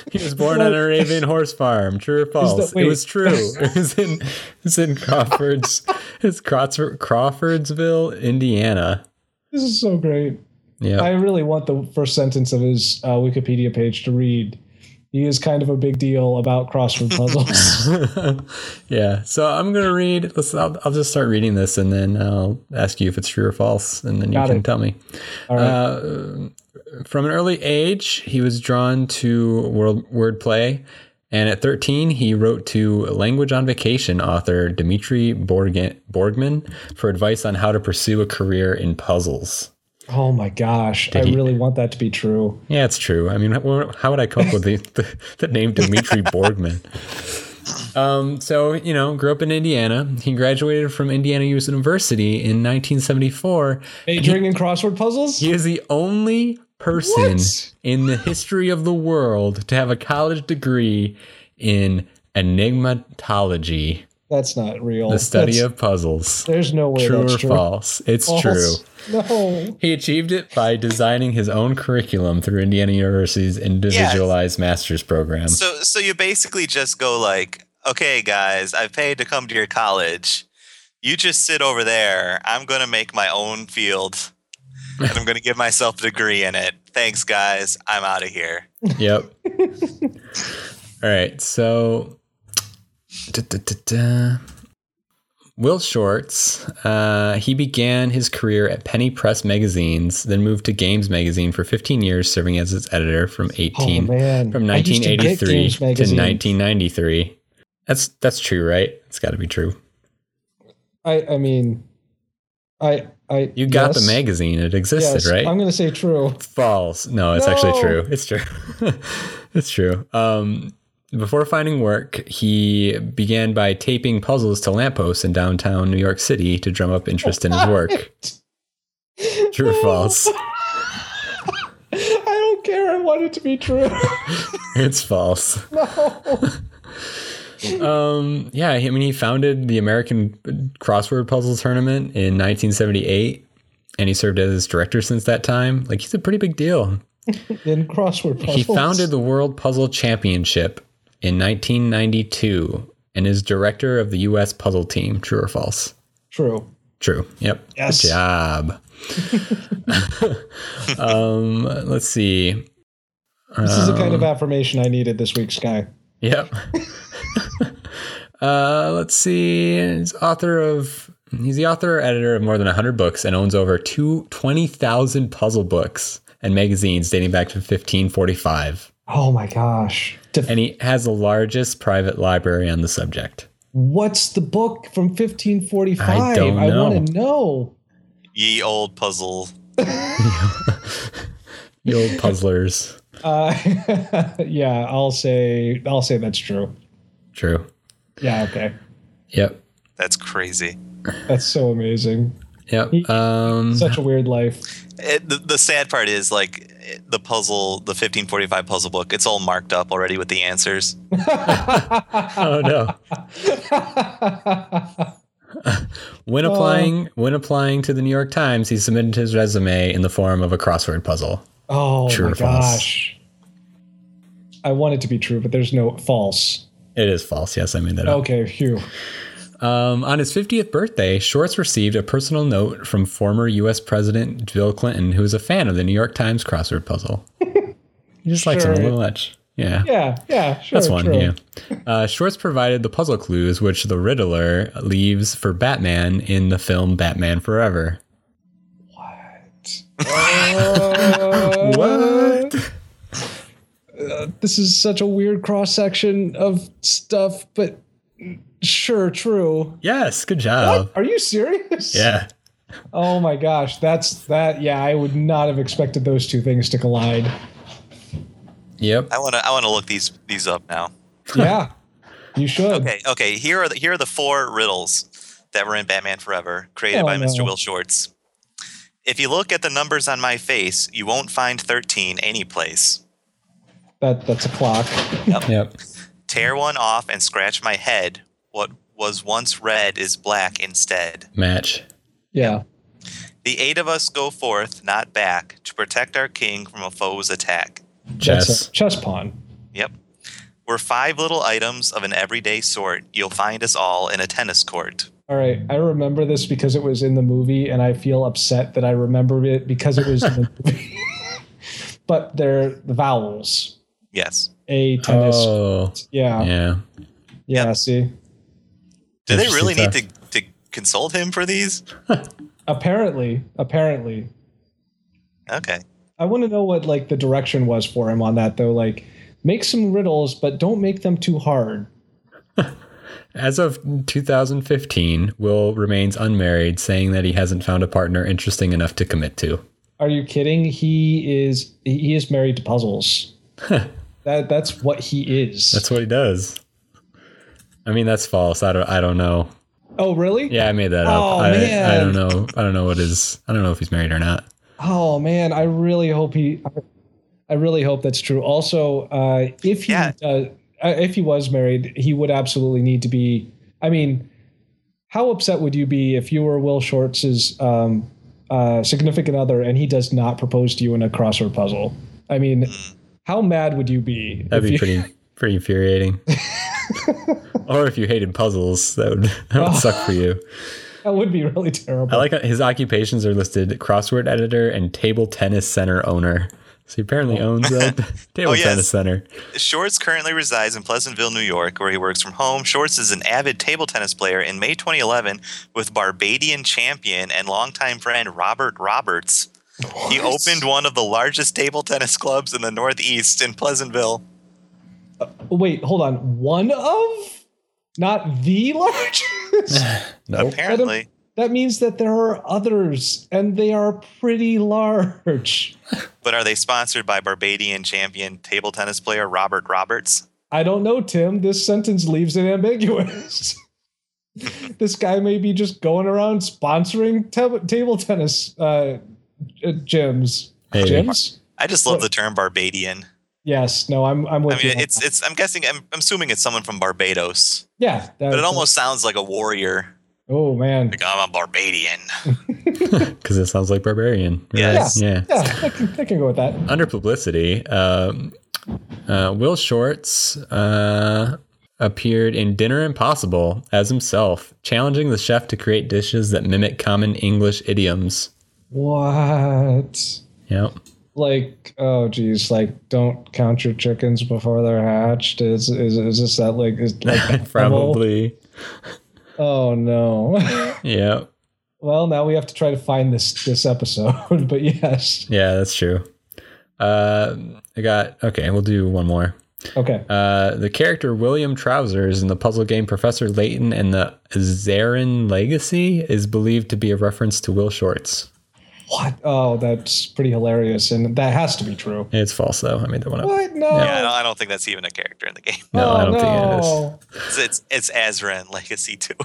Speaker 1: (laughs) he was born on a Raven horse farm. True or false?
Speaker 2: that-
Speaker 1: it was
Speaker 2: wait.
Speaker 1: true.
Speaker 2: (laughs)
Speaker 1: it was in it's in Crawford's it's Crawford, Crawfordsville, Indiana.
Speaker 2: This is so great.
Speaker 1: Yeah.
Speaker 2: I really want the first sentence of his uh, Wikipedia page to read. He is kind of a big deal about
Speaker 1: (laughs)
Speaker 2: crossword puzzles.
Speaker 1: yeah. So I'm gonna read. Let's. I'll, I'll just start reading this, and then I'll ask you if it's true or false, and then you
Speaker 2: Got
Speaker 1: can
Speaker 2: it.
Speaker 1: tell me.
Speaker 2: All right.
Speaker 1: Uh, from an early age, he was drawn to world wordplay, and at 13, he wrote to Language on Vacation author Dimitri Borg- Borgman for advice on how to pursue a career in puzzles.
Speaker 2: Oh my gosh, I
Speaker 1: he-
Speaker 2: really want that to be true.
Speaker 1: Yeah, it's true. I mean, wh- how would I come up with
Speaker 2: (laughs)
Speaker 1: the, the, the name Dimitri Borgman? Um, so, you know, grew up in Indiana. He graduated from Indiana University in 1974.
Speaker 2: Majoring in crossword puzzles?
Speaker 1: He is the only person
Speaker 2: What?
Speaker 1: in the history of the world to have a college degree in enigmatology,
Speaker 2: That's not real.
Speaker 1: the study
Speaker 2: That's-
Speaker 1: of puzzles.
Speaker 2: There's no way
Speaker 1: True
Speaker 2: that's
Speaker 1: or
Speaker 2: true.
Speaker 1: false? It's true.
Speaker 2: False. No. Oh,
Speaker 1: He achieved it by designing his own curriculum through Indiana University's individualized master's program.
Speaker 3: So, so you basically just go like, okay, guys, I've paid to come to your college. You just sit over there. I'm gonna make my own field, and I'm gonna give myself a degree in it. Thanks, guys. I'm out of here.
Speaker 1: Yep. All right. So, da, da, da, da. Will Shorts, uh, he began his career at Penny Press magazines, then moved to Games magazine for 15 years, serving as its editor from 18
Speaker 2: Oh man.
Speaker 1: from
Speaker 2: I used to get
Speaker 1: 1983
Speaker 2: Games
Speaker 1: to,
Speaker 2: magazine.
Speaker 1: 1993. That's that's true, right? It's got to be true.
Speaker 2: I I mean I I
Speaker 1: You got
Speaker 2: yes,
Speaker 1: the magazine; it existed,
Speaker 2: yes,
Speaker 1: right?
Speaker 2: I'm gonna say true.
Speaker 1: false. No, it's actually
Speaker 2: No.
Speaker 1: true. (laughs) It's true. it's true. Um, before finding work, he began by taping puzzles to lampposts in downtown New York City to drum up interest in
Speaker 2: (laughs)
Speaker 1: his work. True or false?
Speaker 2: I don't care. I want it to
Speaker 1: (laughs)
Speaker 2: be true.
Speaker 1: It's false.
Speaker 2: (laughs) no.
Speaker 1: Um, yeah, I mean, he founded the American Crossword Puzzle Tournament in 1978. and he served as director since that time. Like he's a pretty big deal.
Speaker 2: in crossword puzzles.
Speaker 1: He founded the World Puzzle Championship in 1992 and is director of the U.S. puzzle team. True or false?
Speaker 2: True.
Speaker 1: True. Yep.
Speaker 2: Yes.
Speaker 1: Good
Speaker 2: (laughs)
Speaker 1: job. um, let's see.
Speaker 2: This is the kind
Speaker 1: um,
Speaker 2: of affirmation I needed this week, Sky.
Speaker 1: Yep. uh, let's see. He's author of he's the author or editor of more than 100 books and owns over two- 20,000 puzzle books and magazines dating back to 1545.
Speaker 2: Oh my gosh. Def-
Speaker 1: And he has the largest private library on the subject.
Speaker 2: What's the book from 1545?
Speaker 1: I don't
Speaker 2: I
Speaker 1: know.
Speaker 2: want to know.
Speaker 3: Ye old puzzle.
Speaker 1: The old puzzlers.
Speaker 2: Uh, (laughs) yeah, I'll say I'll say that's true.
Speaker 1: (laughs) True.
Speaker 2: Yeah, okay.
Speaker 1: Yep.
Speaker 3: That's crazy.
Speaker 2: That's so amazing.
Speaker 1: Yep. Um,
Speaker 2: Such a weird life.
Speaker 3: It, the, the sad part is like it- the puzzle, the 1545 puzzle book. It's all marked up already with the answers.
Speaker 1: oh no. when applying when applying to the New York Times, he submitted his resume in the form of a crossword puzzle.
Speaker 2: Oh
Speaker 1: True
Speaker 2: my
Speaker 1: or false?
Speaker 2: gosh. I want it to be true, but there's no false.
Speaker 1: It is false. Yes, I made that up.
Speaker 2: Okay, phew.
Speaker 1: Um, on his 50th birthday, Shorts received a personal note from former U.S. President Bill Clinton, who is a fan of the New York Times crossword puzzle. he just likes him a
Speaker 2: Sure.
Speaker 1: little much. Yeah.
Speaker 2: Yeah, yeah, sure.
Speaker 1: That's one,
Speaker 2: true.
Speaker 1: yeah. Uh, Shorts provided the puzzle clues which the Riddler leaves for Batman in the film Batman Forever.
Speaker 2: Uh,
Speaker 1: What?
Speaker 2: this is such a weird cross section of stuff, but sure, true.
Speaker 1: Yes, good job.
Speaker 2: Are you serious?
Speaker 1: Yeah.
Speaker 2: Oh my gosh, that's that. Yeah, I would not have expected those two things
Speaker 1: (laughs)
Speaker 2: to collide.
Speaker 1: Yep.
Speaker 3: I want to I want to look these these up now.
Speaker 2: Yeah, you should.
Speaker 3: Okay, okay. Here are the, here are the four riddles that were in Batman Forever, created
Speaker 2: Oh,
Speaker 3: by
Speaker 2: no.
Speaker 3: Mr. Will Shorts. If you look at the numbers on my face, you won't find 13 any place.
Speaker 2: That that's a clock.
Speaker 1: Yep.
Speaker 3: Tear one off and scratch my head. What was once red is black instead.
Speaker 1: Match.
Speaker 2: Yeah.
Speaker 3: The eight of us go forth, not back, to protect our king from a foe's attack.
Speaker 2: That's
Speaker 1: Chess.
Speaker 2: a chess pawn.
Speaker 3: Yep. We're five little items of an everyday sort. You'll find us all in a tennis court.
Speaker 2: All right, I remember this because it was in the movie, and I feel upset that I remember it because it was
Speaker 1: (laughs)
Speaker 2: in the movie. (laughs) but they're the vowels.
Speaker 3: Yes.
Speaker 2: A tennis.
Speaker 1: Oh.
Speaker 2: yeah, yeah.
Speaker 1: Yeah.
Speaker 2: See,
Speaker 3: Do they really need
Speaker 1: Interesting
Speaker 3: to, to consult him for these?
Speaker 2: apparently, apparently,
Speaker 3: Okay.
Speaker 2: I want to know what like the direction was for him on that though. Like, make some riddles, but don't make them too hard.
Speaker 1: As of 2015, Will remains unmarried, saying that he hasn't found a partner interesting enough to commit to.
Speaker 2: Are you kidding? He is he is married to puzzles. that that's what he is.
Speaker 1: That's what he does. I mean, that's false. I don't. I don't know.
Speaker 2: oh really?
Speaker 1: Yeah, I made that up.
Speaker 2: Oh,
Speaker 1: I, I don't
Speaker 2: man.
Speaker 1: know. I don't know what is. I don't know if he's married or not.
Speaker 2: Oh man, I really hope he. I really hope that's true. Also, uh, if he
Speaker 3: Yeah.
Speaker 2: uh, uh, if he was married, he would absolutely need to be. I mean, how upset would you be if you were Will Shortz's um, uh, significant other and he does not propose to you in a crossword puzzle? I mean, how mad would you be?
Speaker 1: That'd
Speaker 2: if
Speaker 1: be
Speaker 2: you-
Speaker 1: pretty pretty infuriating. or if you hated puzzles, that would that would suck for you.
Speaker 2: (laughs) That would be really
Speaker 1: I
Speaker 2: terrible.
Speaker 1: like how his occupations are listed crossword editor and table tennis center owner. So he apparently owns a (laughs) table
Speaker 3: Oh, yes.
Speaker 1: tennis center. (laughs)
Speaker 3: Shorts currently resides in Pleasantville, New York, where he works from home. Shorts is an avid table tennis player. In May 2011, with Barbadian champion and longtime friend Robert Roberts, he opened one of the largest table tennis clubs in the Northeast in Pleasantville.
Speaker 2: Wait, hold on. One of, not the (laughs) largest.
Speaker 1: No,
Speaker 3: Apparently,
Speaker 2: That means that there are others, and they are pretty large.
Speaker 3: but are they sponsored by Barbadian champion table tennis player Robert Roberts?
Speaker 2: I don't know, Tim. This sentence leaves it ambiguous. (laughs) this guy may be just going around sponsoring tab- table tennis uh, uh, gyms.
Speaker 1: Maybe.
Speaker 2: Gyms?
Speaker 3: I just love
Speaker 2: Well-
Speaker 3: the term Barbadian.
Speaker 2: Yes. No, I'm. I'm
Speaker 3: I
Speaker 2: with you.
Speaker 3: mean,
Speaker 2: on
Speaker 3: it's
Speaker 2: that.
Speaker 3: it's. I'm guessing. I'm, I'm assuming it's someone from Barbados,
Speaker 2: yeah. that-
Speaker 3: but it almost sounds like a warrior.
Speaker 2: Oh man.
Speaker 3: Like I'm a Barbadian.
Speaker 1: because it sounds like barbarian. right?
Speaker 3: Yes.
Speaker 1: Yeah.
Speaker 2: Yeah, I can, I can go with that.
Speaker 1: Under publicity, um, uh, Will Shortz uh, appeared in Dinner Impossible as himself, challenging the chef to create dishes that mimic common English idioms.
Speaker 2: What?
Speaker 1: Yep. (laughs)
Speaker 2: Like, oh geez, like don't count your chickens before they're hatched. Is is, is this that like is like that level?
Speaker 1: (laughs) Probably.
Speaker 2: Oh no. (laughs)
Speaker 1: Yep.
Speaker 2: well, now we have to try to find this this episode. (laughs) but yes.
Speaker 1: Yeah, that's true. Uh, I got okay. We'll do one more.
Speaker 2: Okay.
Speaker 1: Uh, the character William Trousers in the puzzle game Professor Layton and the Zarin Legacy is believed to be a reference to Will Shortz.
Speaker 2: What? Oh, that's pretty hilarious, and that has to be true.
Speaker 1: It's false though. I made that one up.
Speaker 2: What? No.
Speaker 3: Yeah, I don't, I don't think that's even a character in the game.
Speaker 1: No, I
Speaker 2: Oh,
Speaker 1: don't think it is.
Speaker 2: no.
Speaker 3: It's it's, it's Azra and
Speaker 1: (laughs)
Speaker 3: Legacy too.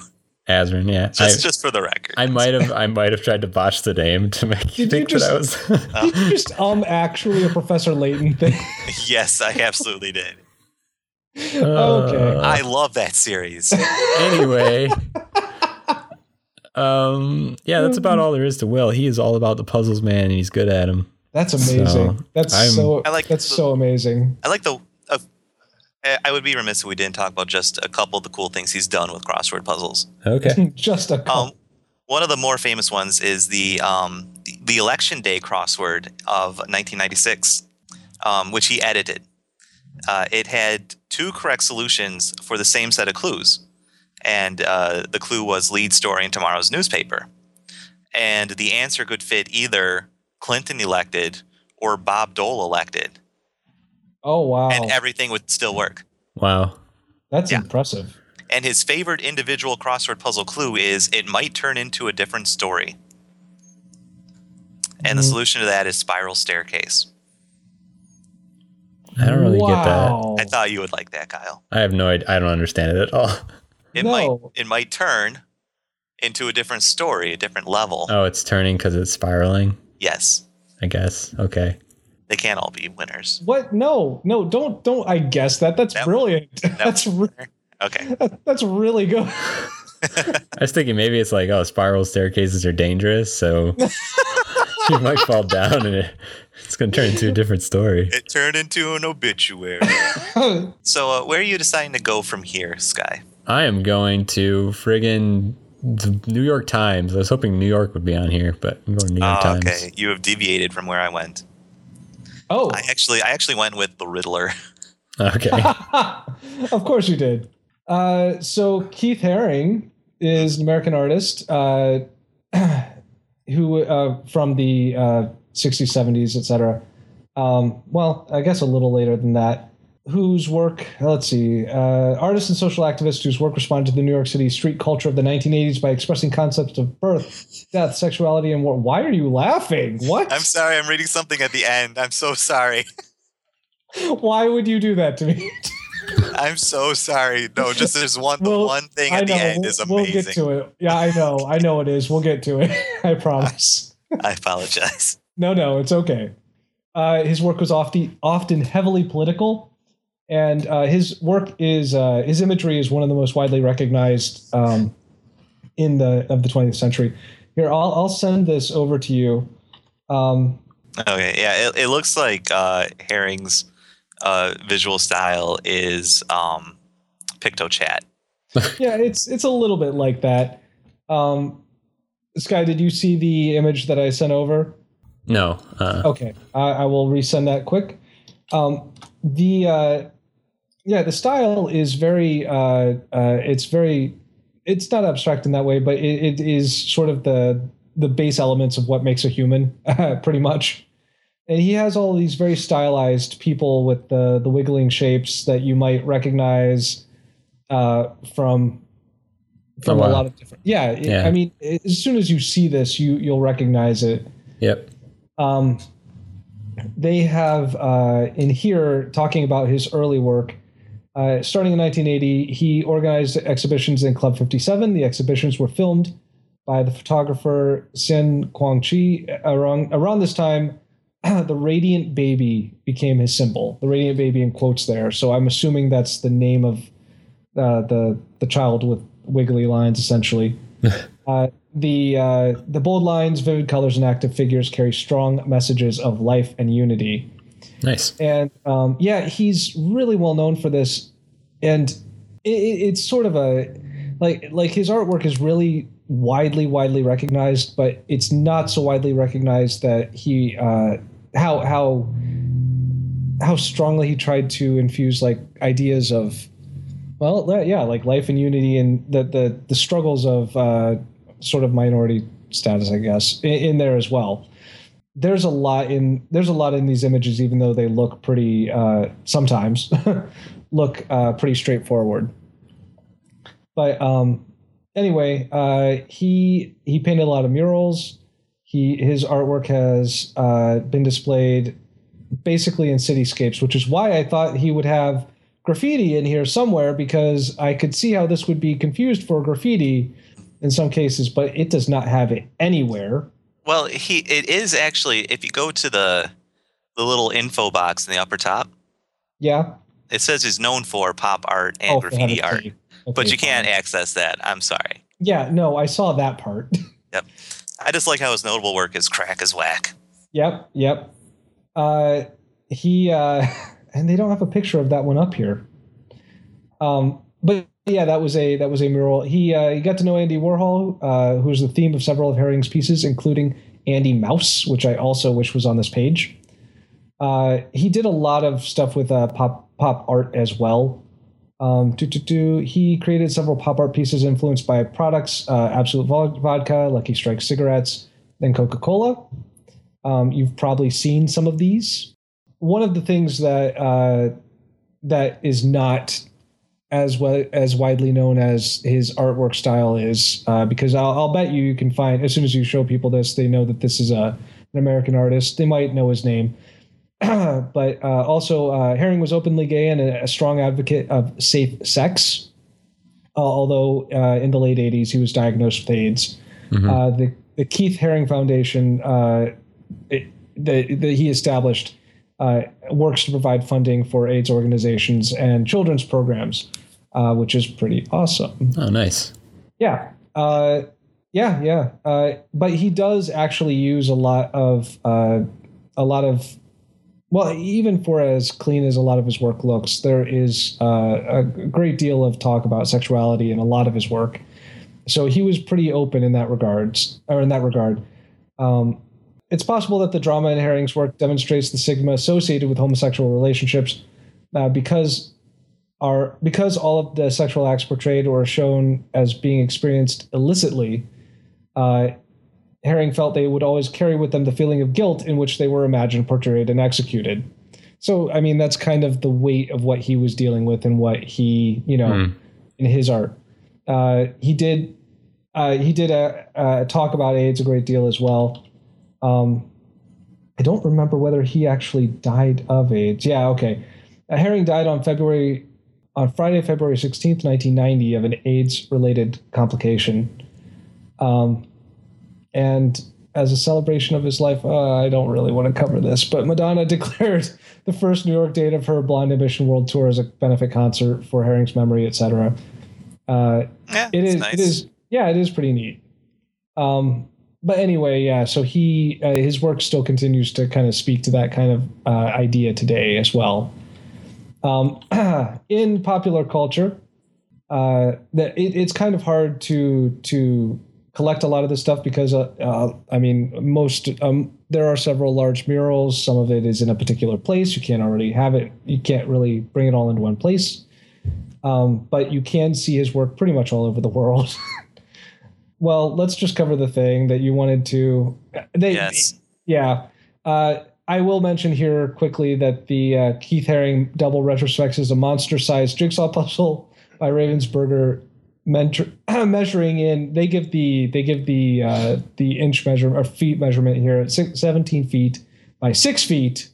Speaker 1: Azrin, yeah.
Speaker 3: Just
Speaker 1: I,
Speaker 3: just for the record.
Speaker 1: I might have I might have tried to botch the name to make you
Speaker 2: Did you
Speaker 1: think
Speaker 2: just-
Speaker 1: that I was (laughs)
Speaker 2: Did you just um actually a Professor Layton thing? (laughs)
Speaker 3: yes, I absolutely did.
Speaker 2: Okay.
Speaker 1: Uh,
Speaker 3: I love that series.
Speaker 1: anyway. Um yeah, that's about all there is to Will. He is all about the puzzles, man, and he's good at them.
Speaker 2: That's amazing.
Speaker 1: So,
Speaker 2: that's
Speaker 1: I'm-
Speaker 2: so.
Speaker 3: I like
Speaker 2: that's
Speaker 3: the-
Speaker 2: so amazing.
Speaker 3: I like the. Uh, I would be remiss if we didn't talk about just a couple of the cool things he's done with crossword puzzles.
Speaker 1: Okay.
Speaker 2: (laughs) Just a
Speaker 3: (laughs) Um,
Speaker 2: couple.
Speaker 3: one of the more famous ones is the um, the- the election day crossword of 1996, um, which he edited. Uh, it had two correct solutions for the same set of clues, and uh, the clue was lead story in tomorrow's newspaper, and the answer could fit either Clinton elected or Bob Dole elected,
Speaker 2: oh wow,
Speaker 3: and everything would still work.
Speaker 1: Wow.
Speaker 2: that's
Speaker 3: yeah.
Speaker 2: impressive.
Speaker 3: And his favorite individual crossword puzzle clue is it might turn into a different story. And the
Speaker 2: Mm.
Speaker 3: solution to that is spiral staircase.
Speaker 1: I don't really get that.
Speaker 2: wow.
Speaker 3: I thought you would like that, Kyle.
Speaker 1: I have no idea. I don't understand it at all. (laughs)
Speaker 3: It
Speaker 2: No.
Speaker 3: might it might turn into a different story, a different level.
Speaker 1: Oh, it's turning because it's spiraling,
Speaker 3: Yes.
Speaker 1: I guess. Okay.
Speaker 3: They can't all be winners.
Speaker 2: What? No, no, don't, don't. I guess that. That's
Speaker 3: That-
Speaker 2: brilliant. (laughs) That's re-
Speaker 3: (laughs) Okay.
Speaker 2: that's really good. (laughs)
Speaker 1: I was thinking maybe it's like, oh, spiral staircases are dangerous, so (laughs) you might fall down and it, it's going to turn into a different story.
Speaker 3: It turned into an
Speaker 1: (laughs)
Speaker 3: obituary.
Speaker 2: Oh.
Speaker 3: so uh, where are you deciding to go from here, Sky?
Speaker 1: I am going to friggin' the New York Times. I was hoping New York would be on here, but I'm going to New York
Speaker 3: Ah,
Speaker 1: Times.
Speaker 3: okay. You have deviated from where I went.
Speaker 2: oh,
Speaker 3: I actually I actually went with the Riddler.
Speaker 1: (laughs)
Speaker 3: (laughs)
Speaker 1: Okay.
Speaker 2: (laughs) of course you did. Uh, so Keith Haring is an American artist uh, (clears throat) who uh, from the uh, 60s, 70s, etc. Um, well, I guess a little later than that. Whose work? Let's see. Uh, artist and social activist whose work responded to the New York City street culture of the 1980s by expressing concepts of birth, death, sexuality, and war. Why are you laughing? What?
Speaker 3: I'm sorry, I'm reading something at the end. I'm so sorry.
Speaker 2: Why would you do that to me?
Speaker 3: I'm so sorry. No, just there's one the
Speaker 2: Well,
Speaker 3: one thing at the end is
Speaker 2: we'll,
Speaker 3: amazing.
Speaker 2: We'll get to it. Yeah, I know. I know it is. We'll get to it. (laughs) I promise.
Speaker 3: I apologize. (laughs)
Speaker 2: No, no, it's okay. Uh, his work was often often heavily political, and uh, his work is uh, his imagery is one of the most widely recognized um, in the of the 20th century. Here, I'll I'll send this over to you. Um,
Speaker 3: Okay, yeah, it, it looks like uh, Herring's uh, visual style is um, PictoChat.
Speaker 2: yeah, it's it's a little bit like that. Um, Sky, did you see the image that I sent over?
Speaker 1: No. Uh,
Speaker 2: Okay, I, I will resend that quick. Um, the uh, yeah, the style is very uh, uh, it's very it's not abstract in that way, but it, it is sort of the the base elements of what makes a human, (laughs) pretty much. And he has all these very stylized people with the the wiggling shapes that you might recognize uh, from from
Speaker 1: oh, wow.
Speaker 2: a lot of different. Yeah, it-
Speaker 1: Yeah.
Speaker 2: I mean, as soon as you see this, you you'll recognize it
Speaker 1: Yep.
Speaker 2: um, they have uh, in here talking about his early work. Uh, starting in 1980, he organized exhibitions in Club 57. The exhibitions were filmed by the photographer Sin Kwang Chi. Around, around this time, (clears throat) the radiant baby became his symbol. The radiant baby in quotes there. So I'm assuming that's the name of uh, the the child with wiggly lines, essentially. Uh, the uh, the bold lines, vivid colors, and active figures carry strong messages of life and unity.
Speaker 1: Nice.
Speaker 2: And um, yeah, he's really well known for this, and it, it- it's sort of a like like his artwork is really widely widely recognized, but it's not so widely recognized that he uh, how how how strongly he tried to infuse like ideas of well le- yeah like life and unity and the the, the struggles of uh, sort of minority status I guess in, in there as well there's a lot in there's a lot in these images even though they look pretty uh sometimes (laughs) look uh pretty straightforward but um anyway uh he he painted a lot of murals he his artwork has uh been displayed basically in cityscapes which is why i thought he would have graffiti in here somewhere because i could see how this would be confused for graffiti in some cases but it does not have it anywhere
Speaker 3: Well, he it is actually if you go to the the little info box in the upper top,
Speaker 2: yeah
Speaker 3: it says he's known for pop art and
Speaker 2: Oh, for
Speaker 3: graffiti
Speaker 2: heaven's
Speaker 3: art,
Speaker 2: sake.
Speaker 3: but
Speaker 2: Okay,
Speaker 3: you can't
Speaker 2: fine.
Speaker 3: access that. I'm sorry.
Speaker 2: Yeah, no, I saw that part.
Speaker 3: I just like how his notable work is crack as whack.
Speaker 2: yep, yep. Uh, he uh, (laughs) and they don't have a picture of that one up here. Um, but yeah, that was a that was a mural. He uh, he got to know Andy Warhol, uh, who's the theme of several of Herring's pieces, including Andy Mouse, which I also wish was on this page. Uh, he did a lot of stuff with uh, pop pop art as well. Um, do, do, do. He created several pop art pieces influenced by products, uh, Absolute Vo- Vodka, Lucky Strike cigarettes, and Coca Cola. Um, you've probably seen some of these. One of the things that uh, that is not as well as widely known as his artwork style is, uh, because I'll, I'll bet you you can find as soon as you show people this, they know that this is a an American artist. They might know his name, (clears throat) but uh, also uh, Herring was openly gay and a, a strong advocate of safe sex. Uh, although uh, in the late '80s he was diagnosed with AIDS. Uh, the the Keith Herring Foundation uh, it, that that he established uh, works to provide funding for AIDS organizations and children's programs, uh, which is pretty awesome.
Speaker 1: Oh, nice.
Speaker 2: Yeah. Uh, yeah, yeah. Uh, but he does actually use a lot of uh, a lot of well, even for as clean as a lot of his work looks, there is uh, a great deal of talk about sexuality in a lot of his work. So he was pretty open in that regards, or in that regard. Um, it's possible that the drama in Herring's work demonstrates the stigma associated with homosexual relationships, uh, because are because all of the sexual acts portrayed or shown as being experienced illicitly, uh, Herring felt they would always carry with them the feeling of guilt in which they were imagined, portrayed, and executed. So, I mean, that's kind of the weight of what he was dealing with and what he, you know,
Speaker 1: Hmm.
Speaker 2: in his art. Uh, he did uh, he did a, a talk about AIDS a great deal as well. Um, I don't remember whether he actually died of AIDS. Yeah, okay. Uh, Herring died on February on Friday, February 16th, 1990, of an AIDS related complication. Um, and as a celebration of his life, uh, I don't really want to cover this, but Madonna (laughs) declared the first New York date of her Blonde Ambition World Tour as a benefit concert for Herring's memory, etc. Uh,
Speaker 3: Yeah,
Speaker 2: it
Speaker 3: it's
Speaker 2: is.
Speaker 3: Nice.
Speaker 2: It is. Yeah, it is pretty neat. Um, but anyway, yeah. So he uh, his work still continues to kind of speak to that kind of uh, idea today as well. Um, (clears throat) in popular culture, uh, that it, it's kind of hard to to collect a lot of this stuff because uh, uh, I mean most um, there are several large murals. Some of it is in a particular place. You can't already have it. You can't really bring it all into one place um, but you can see his work pretty much all over the world. (laughs) well, let's just cover the thing that you wanted to. They, (laughs)
Speaker 3: Yes.
Speaker 2: Yeah. Uh, I will mention here quickly that the uh, Keith Haring double retrospects is a monster sized jigsaw (laughs) puzzle by Ravensburger. Mentor, (clears throat) measuring in, they give the they give the uh, the inch measurement or feet measurement here at six, 17 feet by six feet,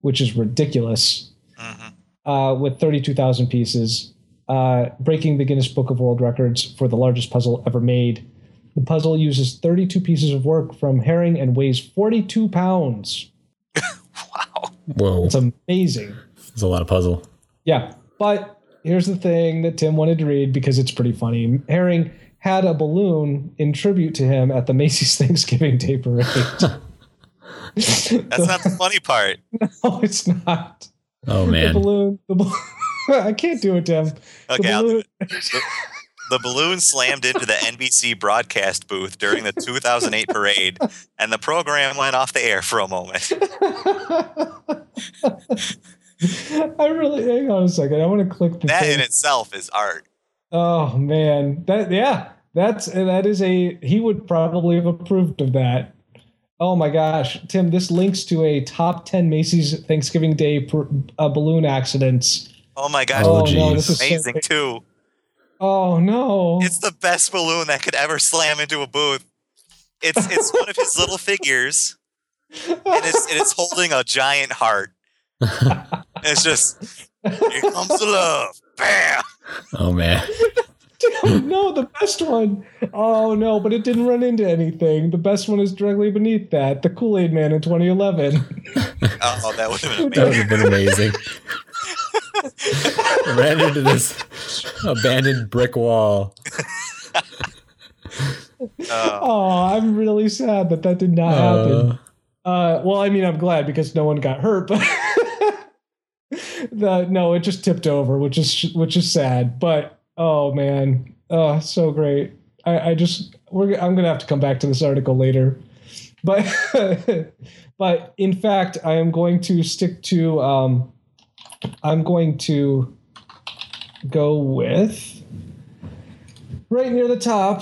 Speaker 2: which is ridiculous
Speaker 3: Mhm.
Speaker 2: uh, with 32,000 pieces, uh, breaking the Guinness Book of World Records for the largest puzzle ever made. The puzzle uses 32 pieces of work from herring and weighs 42 pounds.
Speaker 3: Wow.
Speaker 1: Whoa.
Speaker 2: It's amazing.
Speaker 1: It's a lot of puzzle.
Speaker 2: Yeah, but here's the thing that Tim wanted to read because it's pretty funny. Herring had a balloon in tribute to him at the Macy's (laughs) Thanksgiving Day Parade.
Speaker 3: (laughs)
Speaker 2: (laughs)
Speaker 3: That's not the
Speaker 2: (laughs)
Speaker 3: funny part.
Speaker 2: no, it's not.
Speaker 1: Oh
Speaker 2: The (laughs)
Speaker 1: man.
Speaker 2: balloon. The balloon. (laughs) I can't do it, Dev.
Speaker 3: Okay,
Speaker 2: the
Speaker 3: I'll
Speaker 2: balloon.
Speaker 3: The balloon slammed into the NBC broadcast booth during the 2008 parade, and the program went off the air for a moment. (laughs)
Speaker 2: (laughs) I really hang on a second. I want to click the
Speaker 3: That
Speaker 2: thing.
Speaker 3: in itself is art.
Speaker 2: Oh man, that yeah, that's uh, that is a he would probably have approved of that. Oh my gosh, Tim, this links to a top ten Macy's Thanksgiving Day per, uh, balloon accidents.
Speaker 3: Oh my gosh,
Speaker 1: Oh,
Speaker 2: Oh, no,
Speaker 1: geez.
Speaker 2: this is so
Speaker 3: amazing
Speaker 2: big.
Speaker 3: too.
Speaker 2: oh no, (laughs)
Speaker 3: It's the best balloon that could ever slam into a booth. It's it's one of his little figures, and it's and it's holding a giant heart. And it's just here comes the love, bam.
Speaker 1: Oh man.
Speaker 2: Dude, no, the best one. Oh no, but it didn't run into anything. The best one is directly beneath that, the Kool Aid Man in 2011.
Speaker 3: Oh, that would have been
Speaker 1: That
Speaker 3: amazing.
Speaker 1: would have been amazing. Ran into this abandoned brick wall.
Speaker 3: Uh,
Speaker 2: (laughs) Oh, I'm really sad that that did not happen.
Speaker 1: Uh,
Speaker 2: Uh, well, I mean, I'm glad because no one got hurt, but (laughs) the no, it just tipped over, which is which is sad. But oh man, oh so great. I, I just we're I'm gonna have to come back to this article later, but (laughs) but in fact, I am going to stick to um, I'm going to go with right near the top.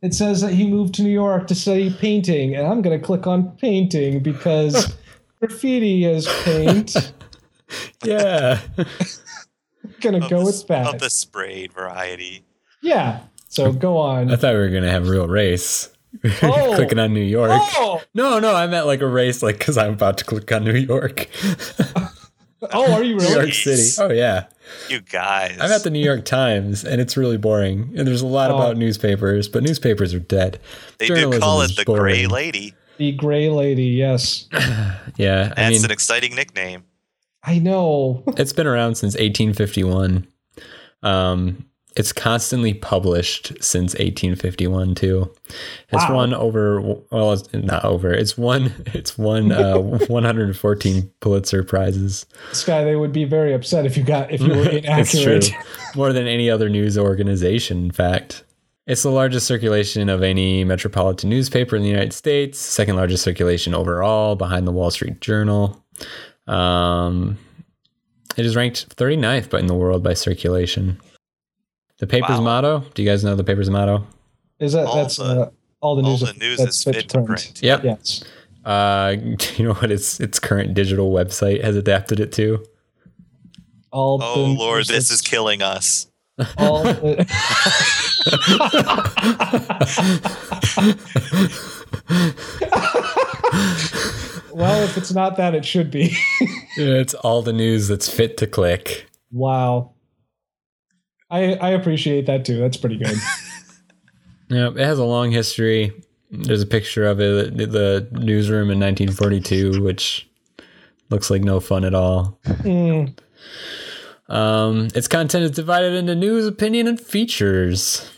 Speaker 2: It says that he moved to New York to study painting, and I'm going to click on painting
Speaker 3: (laughs)
Speaker 2: because graffiti is paint.
Speaker 1: yeah.
Speaker 2: going to
Speaker 3: oh, of
Speaker 2: go
Speaker 3: the-
Speaker 2: with that.
Speaker 3: of the sprayed variety.
Speaker 2: yeah. So go
Speaker 1: I
Speaker 2: on.
Speaker 1: thought we were gonna have real race.
Speaker 2: Oh.
Speaker 1: (laughs) Clicking on New York.
Speaker 2: Oh,
Speaker 1: No, no, I meant like a race, like because I'm about to click on New York, (laughs)
Speaker 2: oh, are you
Speaker 1: New
Speaker 2: really?
Speaker 1: York City. Oh yeah,
Speaker 3: You guys,
Speaker 1: I'm at the New York Times, and it's really boring. And there's a lot
Speaker 2: Oh.
Speaker 1: about newspapers, but newspapers are dead.
Speaker 3: they do call
Speaker 1: Journalism
Speaker 3: it
Speaker 1: is
Speaker 3: the Gray
Speaker 1: boring.
Speaker 3: Lady.
Speaker 2: The Gray Lady. Yes,
Speaker 1: Yeah, I
Speaker 3: That's
Speaker 1: mean,
Speaker 3: an exciting nickname.
Speaker 2: I know.
Speaker 1: it's been around since 1851. Um, it's constantly published since 1851 too. It's
Speaker 2: Wow.
Speaker 1: won over well, it's not over. It's won. (laughs) It's won uh, 114 Pulitzer prizes.
Speaker 2: Sky, they would be very upset if you got if you
Speaker 1: (laughs)
Speaker 2: were (laughs)
Speaker 1: It's
Speaker 2: inaccurate.
Speaker 1: More than any other news organization, in fact. It's the largest circulation of any metropolitan newspaper in the United States, second largest circulation overall behind the Wall Street Journal. Um, it is ranked 39th but in the world by circulation. The paper's
Speaker 3: Wow.
Speaker 1: motto, do you guys know the paper's motto?
Speaker 2: Is that
Speaker 3: All
Speaker 2: that's
Speaker 3: the-
Speaker 2: uh, all the
Speaker 3: all
Speaker 2: news?
Speaker 3: the news
Speaker 2: that's
Speaker 3: is
Speaker 2: fit to
Speaker 3: fit to
Speaker 2: print.
Speaker 3: print.
Speaker 1: Yep.
Speaker 2: Yes.
Speaker 1: Uh, (laughs) do you know what its its current digital website has adapted it to? (laughs)
Speaker 2: All
Speaker 3: Oh
Speaker 2: the
Speaker 3: Lord,
Speaker 2: news
Speaker 3: this is killing us.
Speaker 2: all. The, (laughs) well, if it's not that, it should be.
Speaker 1: It's all the news that's fit to click.
Speaker 2: Wow. I I appreciate that too. That's pretty (laughs) good.
Speaker 1: Yeah, it has a long history. There's a picture of it, the newsroom in 1942, which looks like no fun at all.
Speaker 2: Mm,
Speaker 1: Um, its content is divided into news, opinion, and features.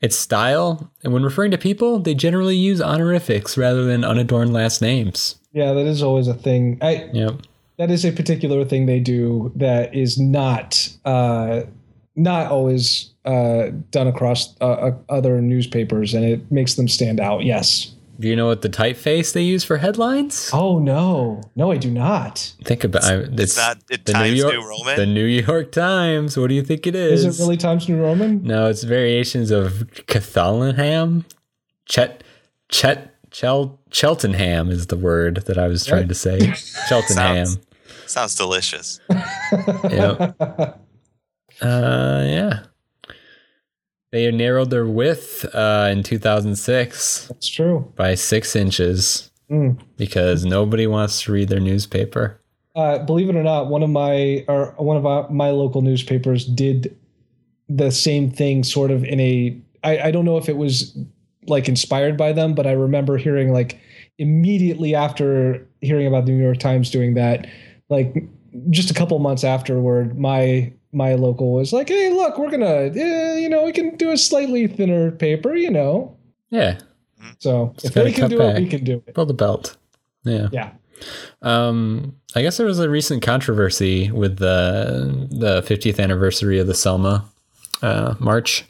Speaker 1: Its style, and when referring to people, they generally use honorifics rather than unadorned last names.
Speaker 2: yeah, that is always a thing. I
Speaker 1: Yep.
Speaker 2: that is a particular thing they do that is not uh not always uh done across uh, uh, other newspapers and it makes them stand out. Yes.
Speaker 1: Do you know what the typeface they use for headlines?
Speaker 2: Oh no. No, I do not.
Speaker 1: Think about I- it's,
Speaker 3: It's not it
Speaker 1: the
Speaker 3: Times
Speaker 1: New York
Speaker 3: New Roman.
Speaker 1: the New York Times. What do you think it is?
Speaker 2: Is it really Times New Roman?
Speaker 1: No, it's variations of Cathalenham. Chet, Chet, Chel, Cheltenham is the word that I was trying to say. Cheltenham.
Speaker 3: Sounds- Sounds delicious.
Speaker 1: yep. Uh, yeah. They narrowed their width uh, in 2006
Speaker 2: (laughs) That's true.
Speaker 1: by six inches
Speaker 2: Mm.
Speaker 1: because nobody wants to read their newspaper.
Speaker 2: Uh, believe it or not, one of my or one of our, my local newspapers did the same thing, sort of in a. I, I don't know if it was like inspired by them, but I remember hearing like immediately after hearing about the New York Times doing that, like just a couple months afterward, my my local was like, "Hey, look, we're gonna, eh, you know, we can do a slightly thinner paper, you know."
Speaker 1: Yeah.
Speaker 2: So
Speaker 1: Just
Speaker 2: if they
Speaker 1: gotta
Speaker 2: can
Speaker 1: cut
Speaker 2: do it, we
Speaker 1: back.
Speaker 2: can do it.
Speaker 1: Build a belt. Yeah.
Speaker 2: Yeah.
Speaker 1: Um, I guess there was a recent controversy with the the 50th anniversary of the Selma uh, march.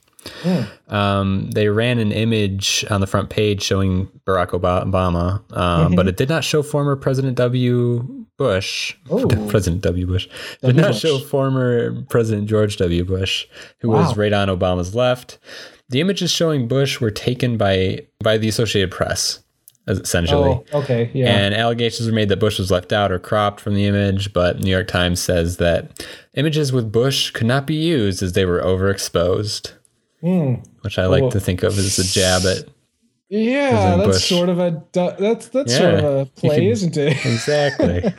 Speaker 1: Um, they ran an image on the front page showing Barack Oba- Obama, um,
Speaker 2: Mm-hmm.
Speaker 1: but it did not show former President W. Bush.
Speaker 2: Oh.
Speaker 1: (laughs) President W. Bush did
Speaker 2: W.
Speaker 1: not
Speaker 2: Bush.
Speaker 1: show former President George W. Bush, who
Speaker 2: Wow.
Speaker 1: was right on Obama's left. The images showing Bush were taken by by the Associated Press, essentially.
Speaker 2: Oh, okay. Yeah.
Speaker 1: And allegations were made that Bush was left out or cropped from the image, but New York Times says that images with Bush could not be used as they were overexposed,
Speaker 2: Hmm.
Speaker 1: which I like
Speaker 2: Oh.
Speaker 1: to think of as a jab
Speaker 2: (laughs)
Speaker 1: at.
Speaker 2: Yeah,
Speaker 1: President
Speaker 2: that's
Speaker 1: Bush.
Speaker 2: sort of a du- that's that's sort
Speaker 1: Yeah,
Speaker 2: of a
Speaker 1: you
Speaker 2: play,
Speaker 1: can-
Speaker 2: isn't it? (laughs)
Speaker 1: Exactly.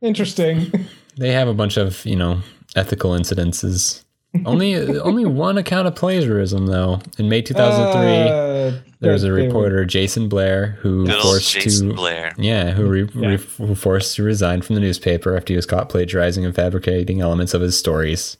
Speaker 2: Interesting.
Speaker 1: they have a bunch of, you know, ethical incidences. Only (laughs) only one account of plagiarism though. In May 2003,
Speaker 2: Uh,
Speaker 1: there was a
Speaker 2: they- they were-
Speaker 1: reporter, Jason Blair, who
Speaker 3: Good old
Speaker 1: forced
Speaker 3: Jason
Speaker 1: to
Speaker 3: Blair.
Speaker 1: Yeah, who re-
Speaker 2: Yeah.
Speaker 1: re- who forced to resign from the newspaper after he was caught plagiarizing and fabricating elements of his stories.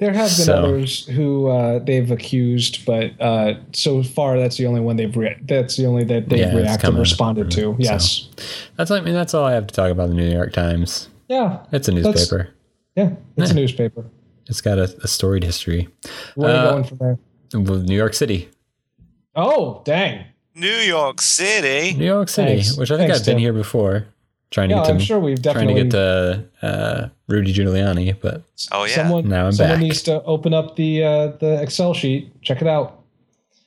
Speaker 2: There have been
Speaker 1: So-
Speaker 2: others who uh, they've accused, but uh, so far that's the only one they've re- that's the only that they've
Speaker 1: Yeah, it's
Speaker 2: reacted
Speaker 1: coming
Speaker 2: responded to.
Speaker 1: from it,
Speaker 2: Yes.
Speaker 1: That's I mean that's all I have to talk about the New York Times.
Speaker 2: Yeah.
Speaker 1: It's a newspaper.
Speaker 2: Yeah. It's a
Speaker 1: Yeah.
Speaker 2: newspaper.
Speaker 1: It's got a, a storied history.
Speaker 2: Where are you
Speaker 1: Uh,
Speaker 2: going from there?
Speaker 1: Well, New York City,
Speaker 2: Oh, dang.
Speaker 3: New York City.
Speaker 1: New York City,
Speaker 2: Thanks.
Speaker 1: which I think
Speaker 2: Thanks,
Speaker 1: I've been
Speaker 2: Tim.
Speaker 1: here before, trying to
Speaker 2: Yeah,
Speaker 1: get to
Speaker 2: I'm sure we've
Speaker 1: trying to
Speaker 2: definitely
Speaker 1: get to uh, Rudy Giuliani, but
Speaker 3: Oh yeah.
Speaker 2: someone
Speaker 1: Now I'm
Speaker 2: someone
Speaker 1: back.
Speaker 2: needs to open up the uh, the Excel sheet. Check it out.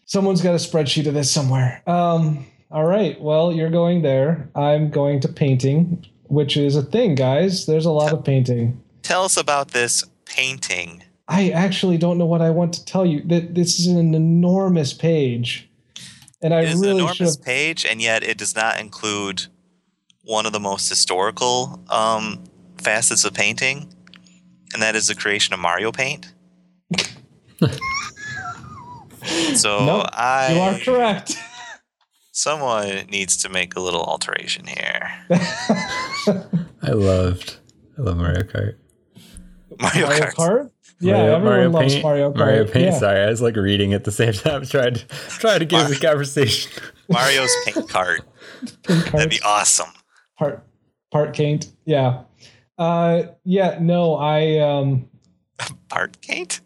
Speaker 2: Someone's got a spreadsheet of this somewhere. Um, all right. Well, you're going there. I'm going to painting, which is a thing, guys. There's a lot of painting.
Speaker 3: Tell us about this painting.
Speaker 2: I actually don't know what I want to tell you. That this is an enormous page, and I
Speaker 3: It is an
Speaker 2: really should.
Speaker 3: enormous page, and yet it does not include one of the most historical um, facets of painting, and that is the creation of
Speaker 2: (laughs)
Speaker 3: Mario Paint. so
Speaker 2: Nope,
Speaker 3: I,
Speaker 2: You are correct.
Speaker 3: someone needs to make a little alteration here.
Speaker 2: (laughs)
Speaker 1: I loved I love Mario Kart.
Speaker 3: Mario,
Speaker 2: Mario
Speaker 3: Kart.
Speaker 2: Kart. Yeah, everyone loves Mario Kart.
Speaker 1: Mario Paint.
Speaker 2: Yeah.
Speaker 1: Sorry, I was like reading at the same time, (laughs) trying to trying to give the conversation.
Speaker 3: (laughs) Mario's Paint Kart.
Speaker 2: Pink
Speaker 3: That'd
Speaker 2: cards. (laughs)
Speaker 3: be awesome.
Speaker 2: part part caint yeah uh yeah no i um (laughs)
Speaker 3: Part Paint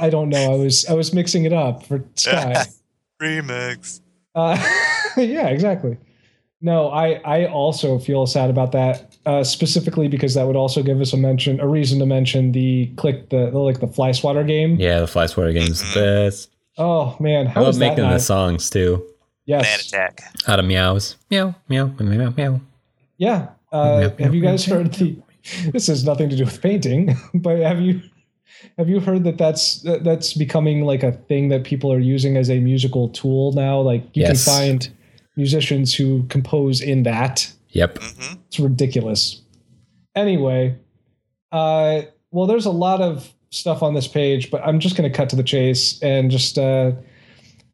Speaker 2: i don't know i was i was mixing it up for sky
Speaker 1: (laughs)
Speaker 3: remix.
Speaker 2: uh (laughs) yeah exactly no i i also feel sad about that uh specifically because that would also give us a mention a reason to mention the click the, the like the fly swatter game
Speaker 1: Yeah, the Fly Swatter game's the best.
Speaker 2: oh man how
Speaker 1: I love
Speaker 2: is that
Speaker 1: making
Speaker 2: not?
Speaker 1: the songs too.
Speaker 3: Man
Speaker 2: yes
Speaker 3: Attack.
Speaker 1: Out of meows, meow, meow, meow, meow, meow.
Speaker 2: yeah uh
Speaker 1: Meow,
Speaker 2: have you
Speaker 1: meow,
Speaker 2: guys
Speaker 1: meow,
Speaker 2: heard the this has nothing to do with painting (laughs) but have you have you heard that that's that- that's becoming like a thing that people are using as a musical tool now like you
Speaker 1: Yes.
Speaker 2: can find musicians who compose in that
Speaker 1: Yep.
Speaker 3: hmm
Speaker 2: it's ridiculous anyway uh well there's a lot of stuff on this page but i'm just going to cut to the chase and just uh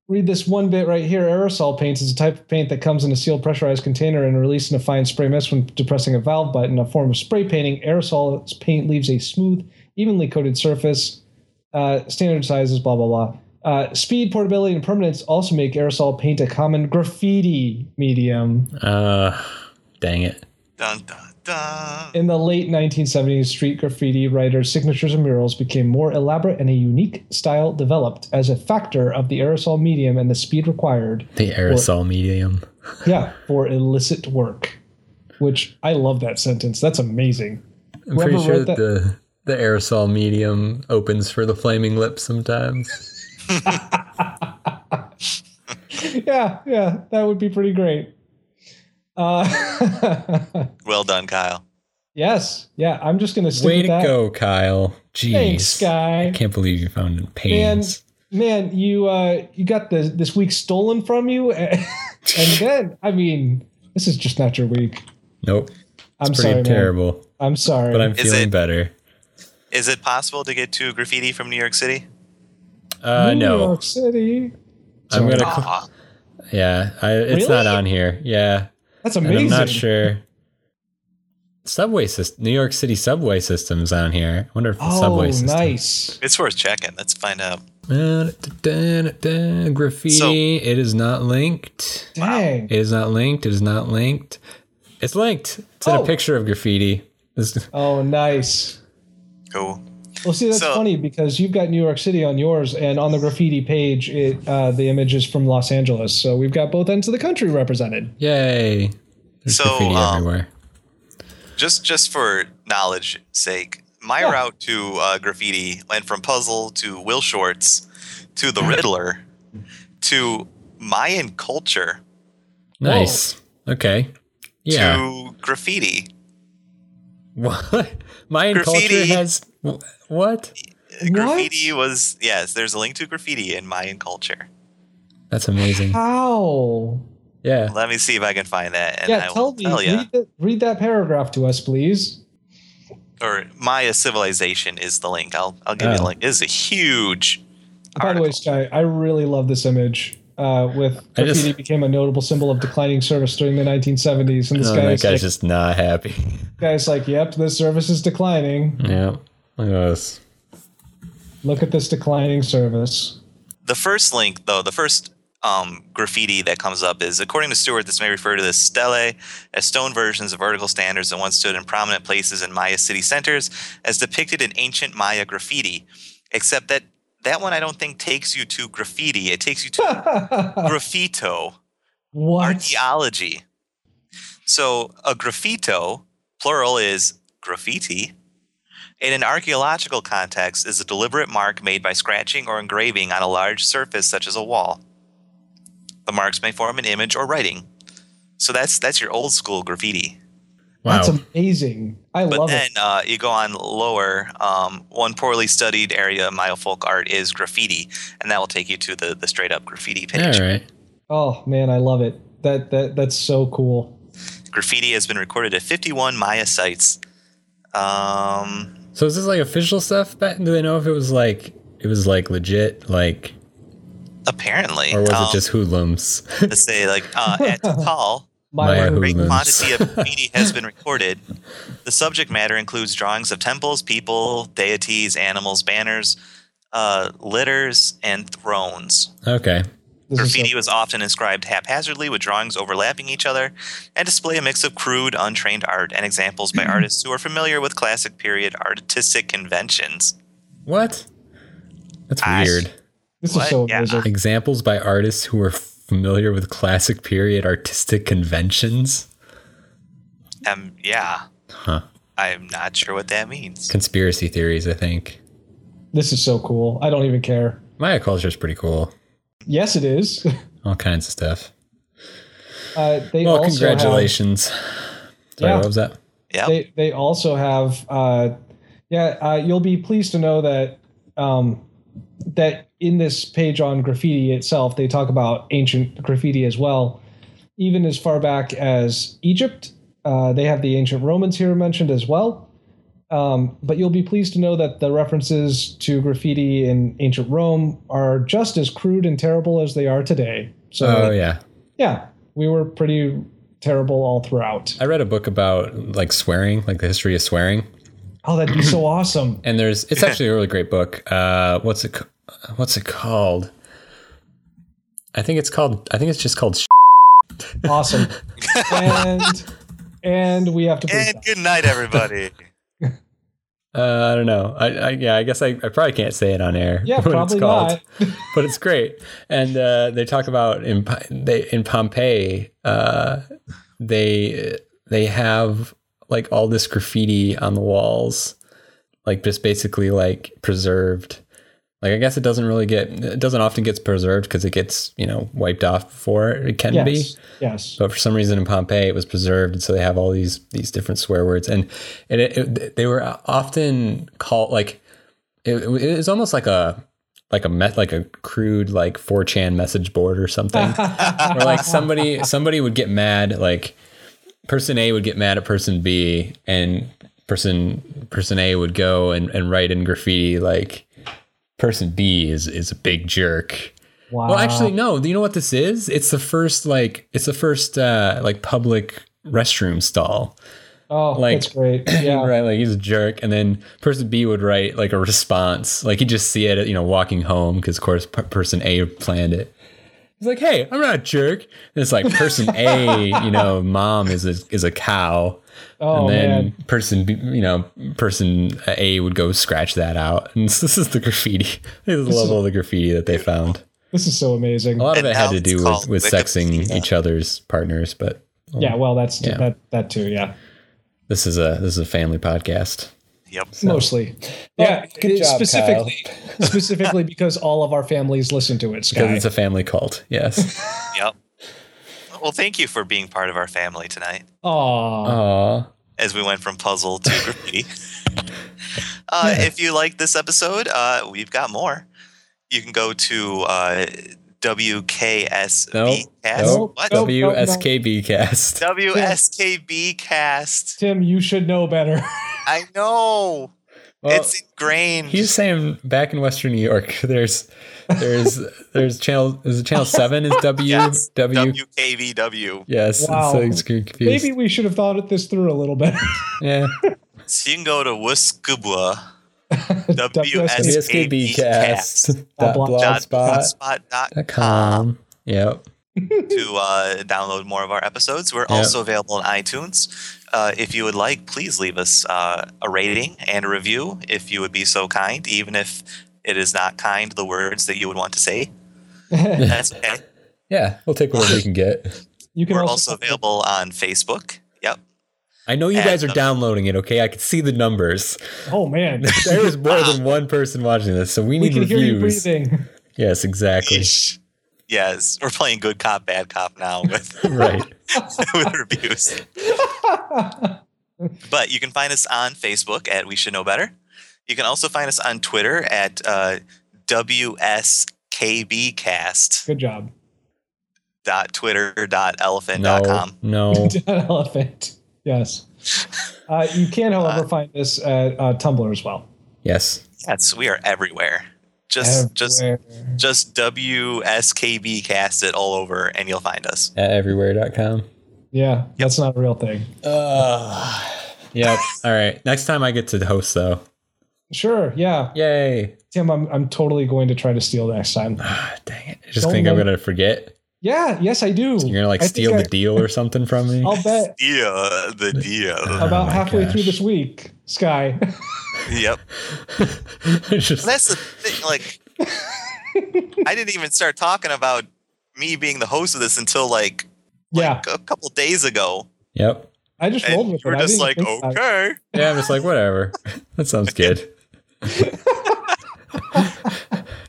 Speaker 2: read this one bit right here aerosol paints is a type of paint that comes in a sealed pressurized container and released in a fine spray mist when depressing a valve button a form of spray painting aerosol paint leaves a smooth evenly coated surface uh, standard sizes blah blah blah uh, speed portability and permanence also make aerosol paint a common graffiti medium
Speaker 1: Uh, dang it.
Speaker 3: Dun dun dun.
Speaker 2: In the late 1970s, street graffiti writers' signatures and murals became more elaborate and a unique style developed as a factor of the aerosol medium and the speed required,
Speaker 1: The aerosol medium.
Speaker 2: yeah, for illicit work. Which I love that sentence. That's amazing.
Speaker 1: I'm pretty
Speaker 2: Whoever
Speaker 1: sure
Speaker 2: wrote
Speaker 1: that the the aerosol medium opens for the flaming lips sometimes.
Speaker 2: Yeah, yeah, that would be pretty great. Uh, (laughs)
Speaker 3: Well done, Kyle.
Speaker 2: yes, yeah. I'm just gonna stick
Speaker 1: Way
Speaker 2: with
Speaker 1: to
Speaker 2: that.
Speaker 1: go, Kyle. Jeez.
Speaker 2: Thanks,
Speaker 1: I
Speaker 2: guy.
Speaker 1: can't believe you found it pains.
Speaker 2: Man, you uh, you got the this week stolen from you, (laughs) and then I mean, this is just not your week.
Speaker 1: Nope.
Speaker 2: I'm
Speaker 1: It's
Speaker 2: sorry,
Speaker 1: pretty
Speaker 2: man.
Speaker 1: terrible.
Speaker 2: I'm sorry.
Speaker 1: But I'm
Speaker 3: Is
Speaker 1: feeling
Speaker 3: it-
Speaker 1: better.
Speaker 3: Is it possible to get to graffiti from New York City?
Speaker 1: Uh,
Speaker 2: New
Speaker 1: no.
Speaker 2: York City.
Speaker 1: I'm gonna. cl-
Speaker 3: Aw.
Speaker 1: yeah, I, it's
Speaker 2: Really?
Speaker 1: not on here. Yeah,
Speaker 2: That's
Speaker 1: and
Speaker 2: amazing.
Speaker 1: I'm not sure. subway system, New York City subway systems on here. I wonder if the
Speaker 2: Oh,
Speaker 1: subway system.
Speaker 2: nice.
Speaker 3: It's worth checking. Let's find out.
Speaker 1: Da-da-da-da-da. Graffiti.
Speaker 3: So-
Speaker 1: it is not linked.
Speaker 2: Dang.
Speaker 1: It is not linked. It is not linked. It's linked. It's in
Speaker 2: Oh.
Speaker 1: a picture of graffiti. This-
Speaker 2: Oh, nice.
Speaker 3: Cool.
Speaker 2: Well, see, that's
Speaker 3: So-
Speaker 2: funny because you've got New York City on yours, and on the graffiti page, it uh, the image is from Los Angeles. So we've got both ends of the country represented.
Speaker 1: Yay. There's
Speaker 3: So,
Speaker 1: graffiti
Speaker 3: um,
Speaker 1: everywhere.
Speaker 3: Just just for knowledge sake, my
Speaker 2: Yeah.
Speaker 3: route to uh, graffiti went from puzzle to Will Shorts
Speaker 2: (laughs)
Speaker 3: to the Riddler to Mayan culture
Speaker 1: Nice. Okay. Yeah. (laughs)
Speaker 3: to graffiti.
Speaker 1: What? Mayan culture
Speaker 3: Graffiti.
Speaker 1: has wh- what?
Speaker 2: What?
Speaker 3: Graffiti was yes. There's a link to graffiti in Mayan culture.
Speaker 1: That's amazing.
Speaker 2: How?
Speaker 1: Yeah.
Speaker 3: Let me see if I can find that, and
Speaker 2: yeah,
Speaker 3: I
Speaker 2: tell
Speaker 3: will
Speaker 2: me.
Speaker 3: tell you.
Speaker 2: Read, that, read that paragraph to us, please.
Speaker 3: Or Maya civilization is the link. I'll I'll give you the
Speaker 1: Oh.
Speaker 3: link. This is a huge.
Speaker 2: By the way,
Speaker 3: Article.
Speaker 2: Sky, I really love this image. Uh, with
Speaker 1: I
Speaker 2: graffiti
Speaker 1: just-
Speaker 2: became a notable symbol of declining service during the 1970s, and this
Speaker 1: Oh,
Speaker 2: guy
Speaker 1: that
Speaker 2: is
Speaker 1: guy's
Speaker 2: like,
Speaker 1: just not
Speaker 2: (laughs)
Speaker 1: happy.
Speaker 2: guy's like, "Yep, this service is declining.
Speaker 1: Yeah. Look at this.
Speaker 2: Look at this declining service."
Speaker 3: The first link, though, the first um, graffiti that comes up is according to Stewart, this may refer to the stele as stone versions of vertical standards that once stood in prominent places in Maya city centers, as depicted in ancient Maya graffiti. Except that that one I don't think takes you to graffiti. It takes you to graffito.
Speaker 2: what?
Speaker 3: archaeology. So a graffito, plural is graffiti, in an archaeological context is a deliberate mark made by scratching or engraving on a large surface such as a wall. The marks may form an image or writing. So that's that's your old school graffiti.
Speaker 1: Wow.
Speaker 2: That's amazing. I
Speaker 3: But
Speaker 2: love
Speaker 3: then
Speaker 2: it.
Speaker 3: uh, you go on lower. Um, one poorly studied area of Maya folk art is graffiti, and that will take you to the, the straight up graffiti page.
Speaker 1: All right.
Speaker 2: Oh man, I love it. That that that's so cool.
Speaker 3: Graffiti has been recorded at 51 Maya sites. Um,
Speaker 1: So is this like official stuff? Back? Do they know if it was like it was like legit, like,
Speaker 3: apparently,
Speaker 1: or was
Speaker 3: um,
Speaker 1: it just hoodlums? (laughs)
Speaker 3: let's say like uh, at Tikal,
Speaker 2: My,
Speaker 1: My
Speaker 2: word.
Speaker 3: great
Speaker 1: Hoodlums.
Speaker 3: quantity of graffiti
Speaker 1: (laughs)
Speaker 3: has been recorded. The subject matter includes drawings of temples, people, deities, animals, banners, uh, litters, and thrones.
Speaker 1: okay.
Speaker 2: This is so-
Speaker 3: Graffiti was often inscribed haphazardly with drawings overlapping each other and display a mix of crude, untrained art and
Speaker 1: (clears throat)
Speaker 3: examples by artists who are familiar with classic period artistic conventions.
Speaker 1: What? That's
Speaker 3: I-
Speaker 1: weird.
Speaker 2: this is
Speaker 3: What?
Speaker 2: so
Speaker 3: Yeah.
Speaker 2: amazing.
Speaker 1: Examples by artists who are familiar with classic period artistic conventions.
Speaker 3: Um, yeah,
Speaker 1: Huh.
Speaker 3: I'm not sure what that means.
Speaker 1: Conspiracy theories, I think.
Speaker 2: This is so cool. I don't even care.
Speaker 1: Maya culture is pretty cool.
Speaker 2: Yes, it is. (laughs)
Speaker 1: All kinds of stuff.
Speaker 2: Uh, they
Speaker 1: Well,
Speaker 2: also
Speaker 1: congratulations. Sorry,
Speaker 2: Yeah.
Speaker 1: what was that?
Speaker 3: Yep.
Speaker 2: Have, they they also have. Uh, yeah, uh, you'll be pleased to know that um, that in this page on graffiti itself, they talk about ancient graffiti as well, even as far back as Egypt. Uh, they have the ancient Romans here mentioned as well. Um, but you'll be pleased to know that the references to graffiti in ancient Rome are just as crude and terrible as they are today. So,
Speaker 1: Oh yeah.
Speaker 2: yeah, we were pretty terrible all throughout.
Speaker 1: I read a book about like swearing, like the history of swearing.
Speaker 2: Oh, that'd be so awesome.
Speaker 1: and there's
Speaker 2: (laughs)
Speaker 1: it's actually a really great book. Uh, what's it ca- what's it called? I think it's called I think it's just called
Speaker 2: Awesome. and and we have to please
Speaker 3: And good
Speaker 1: (laughs)
Speaker 3: night, everybody.
Speaker 1: uh, I don't know. I, I yeah, I guess I, I probably can't say it on air. (laughs)
Speaker 2: Yeah,
Speaker 1: what it's
Speaker 2: probably
Speaker 1: called.
Speaker 2: not.
Speaker 1: (laughs) but it's great. And uh, they talk about in P- they in Pompeii, uh, they they have like all this graffiti on the walls, like just basically like preserved. Like I guess it doesn't really get it doesn't often gets preserved because it gets you know wiped off before it can be.
Speaker 2: Yes. Yes.
Speaker 1: But for some reason in Pompeii, it was preserved, and so they have all these these different swear words, and and it, it, they were often called like it, it was almost like a like a met like a crude like 4chan message board or something, where like somebody somebody would get mad like person A would get mad at person B, and person person A would go and, and write in graffiti like person B is is a big jerk,
Speaker 2: Wow.
Speaker 1: well, actually, no. Do you know what this is? It's the first like it's the first uh, like public restroom stall
Speaker 2: Oh,
Speaker 1: Like- (clears throat)
Speaker 2: that's great. Yeah.
Speaker 1: right like he's a jerk and then person b would write like a response like he'd just see it you know walking home because of course p- person a planned it he's like hey i'm not a jerk and it's like person a you know mom is a, is a cow and
Speaker 2: Oh
Speaker 1: then
Speaker 2: man.
Speaker 1: person b you know person a would go scratch that out and (laughs) this is the graffiti this is the level of the graffiti that they found
Speaker 2: This is so amazing.
Speaker 1: a lot of
Speaker 3: And
Speaker 1: it had
Speaker 3: now
Speaker 1: to
Speaker 3: it's
Speaker 1: do with,
Speaker 3: called
Speaker 1: with
Speaker 3: Wikipedia.
Speaker 1: sexing each other's partners but
Speaker 2: Yeah, well that's
Speaker 1: Yeah.
Speaker 2: that that too, yeah.
Speaker 1: this is a this is a family podcast
Speaker 3: Yep.
Speaker 2: Mostly.
Speaker 4: Well,
Speaker 2: yeah,
Speaker 4: good
Speaker 2: it-
Speaker 4: job,
Speaker 2: specifically specifically because all of our families listen to it,
Speaker 1: because
Speaker 2: Sky.
Speaker 1: it's a family cult
Speaker 2: (laughs)
Speaker 1: yes
Speaker 3: Yep. Well, thank you for being part of our family tonight
Speaker 2: Aw.
Speaker 1: Uh, Aww.
Speaker 2: oh,
Speaker 3: as we went from puzzle
Speaker 1: (laughs)
Speaker 3: to graffiti. uh, If you like this episode, uh, we've got more. You can go to uh, WKSB
Speaker 1: Nope.
Speaker 3: cast.
Speaker 2: Nope.
Speaker 3: What?
Speaker 2: Nope.
Speaker 1: WSKB cast.
Speaker 3: WSKB cast.
Speaker 2: Tim, you should
Speaker 1: (laughs)
Speaker 2: know better.
Speaker 3: I know.
Speaker 1: Well,
Speaker 3: it's ingrained.
Speaker 1: he's saying back in Western New York, (laughs) there's there's there's channel is it
Speaker 3: (laughs)
Speaker 1: channel seven is W
Speaker 3: Yes.
Speaker 1: W
Speaker 3: WKVW.
Speaker 1: yes.
Speaker 2: Wow.
Speaker 1: So it's confused.
Speaker 2: Maybe we should have thought this through a little better.
Speaker 1: Yeah.
Speaker 3: So you can go to Wuskubwa.
Speaker 2: (laughs) WSKB
Speaker 1: WSKB cast. (laughs) Dot
Speaker 3: Dot
Speaker 1: blogspot
Speaker 3: blogspot Um, dot
Speaker 1: dot com. Yep.
Speaker 3: to uh, download more of our episodes. We're
Speaker 1: Yeah.
Speaker 3: also available on iTunes. Uh, if you would like, please leave us uh, a rating and a review if you would be so kind, even if it is not kind, the words that you would want to say. That's okay.
Speaker 1: Yeah. We'll take whatever we can get.
Speaker 2: (laughs) You can
Speaker 3: We're
Speaker 2: also,
Speaker 3: also available on Facebook. Yep.
Speaker 1: I know you
Speaker 3: And
Speaker 1: guys are
Speaker 3: the-
Speaker 1: downloading it, okay? I can see the numbers.
Speaker 2: Oh man.
Speaker 1: (laughs) There is more
Speaker 2: (laughs)
Speaker 1: than one person watching this, so we
Speaker 2: we
Speaker 1: need
Speaker 2: can hear you
Speaker 1: reviews.
Speaker 2: breathing. (laughs)
Speaker 1: Yes, exactly. (laughs)
Speaker 3: Yes, we're playing good cop, bad cop now with,
Speaker 1: right.
Speaker 3: (laughs) with reviews. But you can find us on Facebook at We Should Know Better. You can also find us on Twitter at uh, WSKBcast.
Speaker 2: Good job.
Speaker 3: dot twitter dot elephant dot
Speaker 1: No.
Speaker 3: com.
Speaker 2: (laughs)
Speaker 1: No.
Speaker 2: Elephant.
Speaker 3: (laughs)
Speaker 2: Yes. Uh, you can, however, find this at uh, Tumblr as well.
Speaker 1: Yes.
Speaker 3: Yes, we are everywhere. Just just
Speaker 2: Everywhere.
Speaker 3: just WSKB cast it all over and you'll find us.
Speaker 1: At everywhere.com.
Speaker 2: Yeah, that's not a real thing.
Speaker 1: Yep. All right. Next time I get to host though.
Speaker 2: Sure. Yeah,
Speaker 1: Yay. (sighs)
Speaker 2: Tim, I'm I'm totally going to try to steal next time.
Speaker 1: Ah, dang it. I just
Speaker 2: Don't
Speaker 1: think I'm
Speaker 2: let-
Speaker 1: gonna forget.
Speaker 2: Yeah. Yes, I do.
Speaker 1: You're gonna like
Speaker 2: I think
Speaker 1: steal
Speaker 2: I-
Speaker 1: the deal or something from me.
Speaker 2: I'll bet
Speaker 3: Yeah, the deal.
Speaker 2: about
Speaker 1: Oh my
Speaker 2: halfway
Speaker 1: gosh.
Speaker 2: through this week, Sky. (laughs)
Speaker 3: yep.
Speaker 1: (laughs) Just-
Speaker 3: That's the thing, like I didn't even start talking about me being the host of this until like
Speaker 2: yeah,
Speaker 3: a couple days ago.
Speaker 1: yep.
Speaker 2: I just rolled
Speaker 3: And you
Speaker 2: with
Speaker 3: were
Speaker 2: it. I
Speaker 3: just
Speaker 2: didn't
Speaker 3: like,
Speaker 2: think about it. (laughs)
Speaker 3: okay.
Speaker 1: Yeah, I'm just like, whatever. (laughs) That sounds good. (laughs)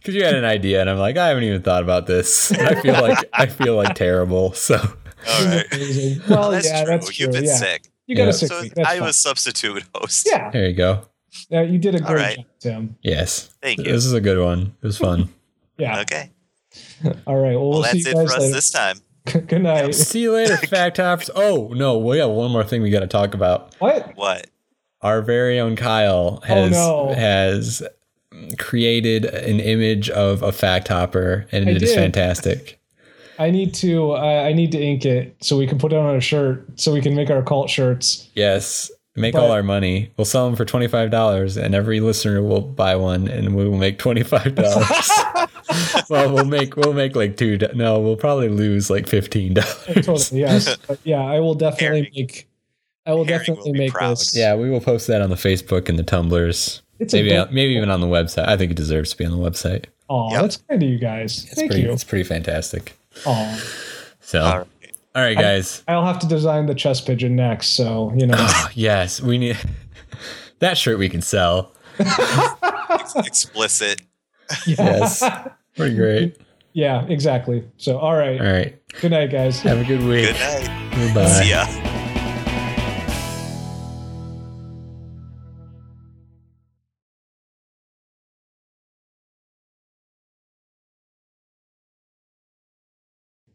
Speaker 1: Cause you had an idea and I'm like, I haven't even thought about this. (laughs) I feel like I feel like terrible. (laughs) So
Speaker 3: All right. (laughs)
Speaker 2: Amazing. Well,
Speaker 3: that's
Speaker 2: Oh, yeah,
Speaker 3: true.
Speaker 2: that's true.
Speaker 3: You've been
Speaker 2: yeah.
Speaker 3: sick.
Speaker 2: You got
Speaker 1: Yeah.
Speaker 2: a sick
Speaker 3: so
Speaker 2: week. That's
Speaker 3: I
Speaker 2: fine.
Speaker 3: was substitute host.
Speaker 2: Yeah,
Speaker 1: there you go.
Speaker 2: yeah, you did a
Speaker 3: All
Speaker 2: great
Speaker 3: right.
Speaker 2: job, Tim.
Speaker 1: Yes.
Speaker 3: Thank you.
Speaker 1: This is a good one. It was
Speaker 2: (laughs)
Speaker 1: fun.
Speaker 2: Yeah.
Speaker 3: Okay.
Speaker 2: All right. Well, we'll,
Speaker 3: Well,
Speaker 2: see
Speaker 3: that's
Speaker 2: you
Speaker 3: it for
Speaker 2: guys
Speaker 3: us
Speaker 2: later.
Speaker 3: this time.
Speaker 2: (laughs) Good night.
Speaker 1: See you later, fact hoppers. Oh no, we have one more thing we gotta talk about.
Speaker 2: What?
Speaker 3: What?
Speaker 1: our very own Kyle has
Speaker 2: Oh, no.
Speaker 1: has created an image of a fact hopper, and
Speaker 2: I
Speaker 1: it is
Speaker 2: did.
Speaker 1: fantastic.
Speaker 2: I need to. Uh, I need to ink it so we can put it on a shirt so we can make our cult shirts.
Speaker 1: Yes, make
Speaker 2: But-
Speaker 1: all our money. We'll sell them for twenty five dollars, and every listener will buy one, and we will make twenty five
Speaker 2: (laughs)
Speaker 1: dollars. well, we'll make we'll make like two. do- No, we'll probably lose like fifteen (laughs) dollars.
Speaker 2: (laughs) Totally.
Speaker 3: (laughs)
Speaker 2: Yes. But yeah. I will definitely
Speaker 3: Herring.
Speaker 2: make. I will
Speaker 3: Herring
Speaker 2: definitely
Speaker 3: will be
Speaker 2: make
Speaker 3: proud.
Speaker 2: this.
Speaker 1: Yeah, we will post that on the Facebook and the Tumblrs.
Speaker 2: It's
Speaker 1: Maybe
Speaker 2: a.
Speaker 1: maybe even on the website. I think it deserves to be on the website.
Speaker 2: Oh,
Speaker 3: Yep.
Speaker 2: that's kind of you guys.
Speaker 1: It's
Speaker 2: Thank
Speaker 1: pretty
Speaker 2: you.
Speaker 1: it's pretty fantastic.
Speaker 2: Aw.
Speaker 1: So
Speaker 3: All right.
Speaker 1: all right guys.
Speaker 2: I'll have to design the chess pigeon next. So you
Speaker 1: (laughs)
Speaker 2: know.
Speaker 1: Oh, yes, we need (laughs) that shirt we can sell.
Speaker 3: Explicit.
Speaker 1: Yes. (laughs) Pretty great.
Speaker 2: yeah. Exactly. So all right.
Speaker 1: All right.
Speaker 2: Good night, guys.
Speaker 1: Have a good week.
Speaker 3: Good night.
Speaker 1: Goodbye.
Speaker 3: See ya.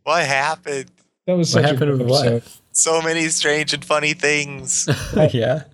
Speaker 3: What happened?
Speaker 2: That was such
Speaker 1: What happened
Speaker 2: a good
Speaker 1: with what?
Speaker 2: episode.
Speaker 3: So many strange and funny things.
Speaker 1: (laughs) yeah.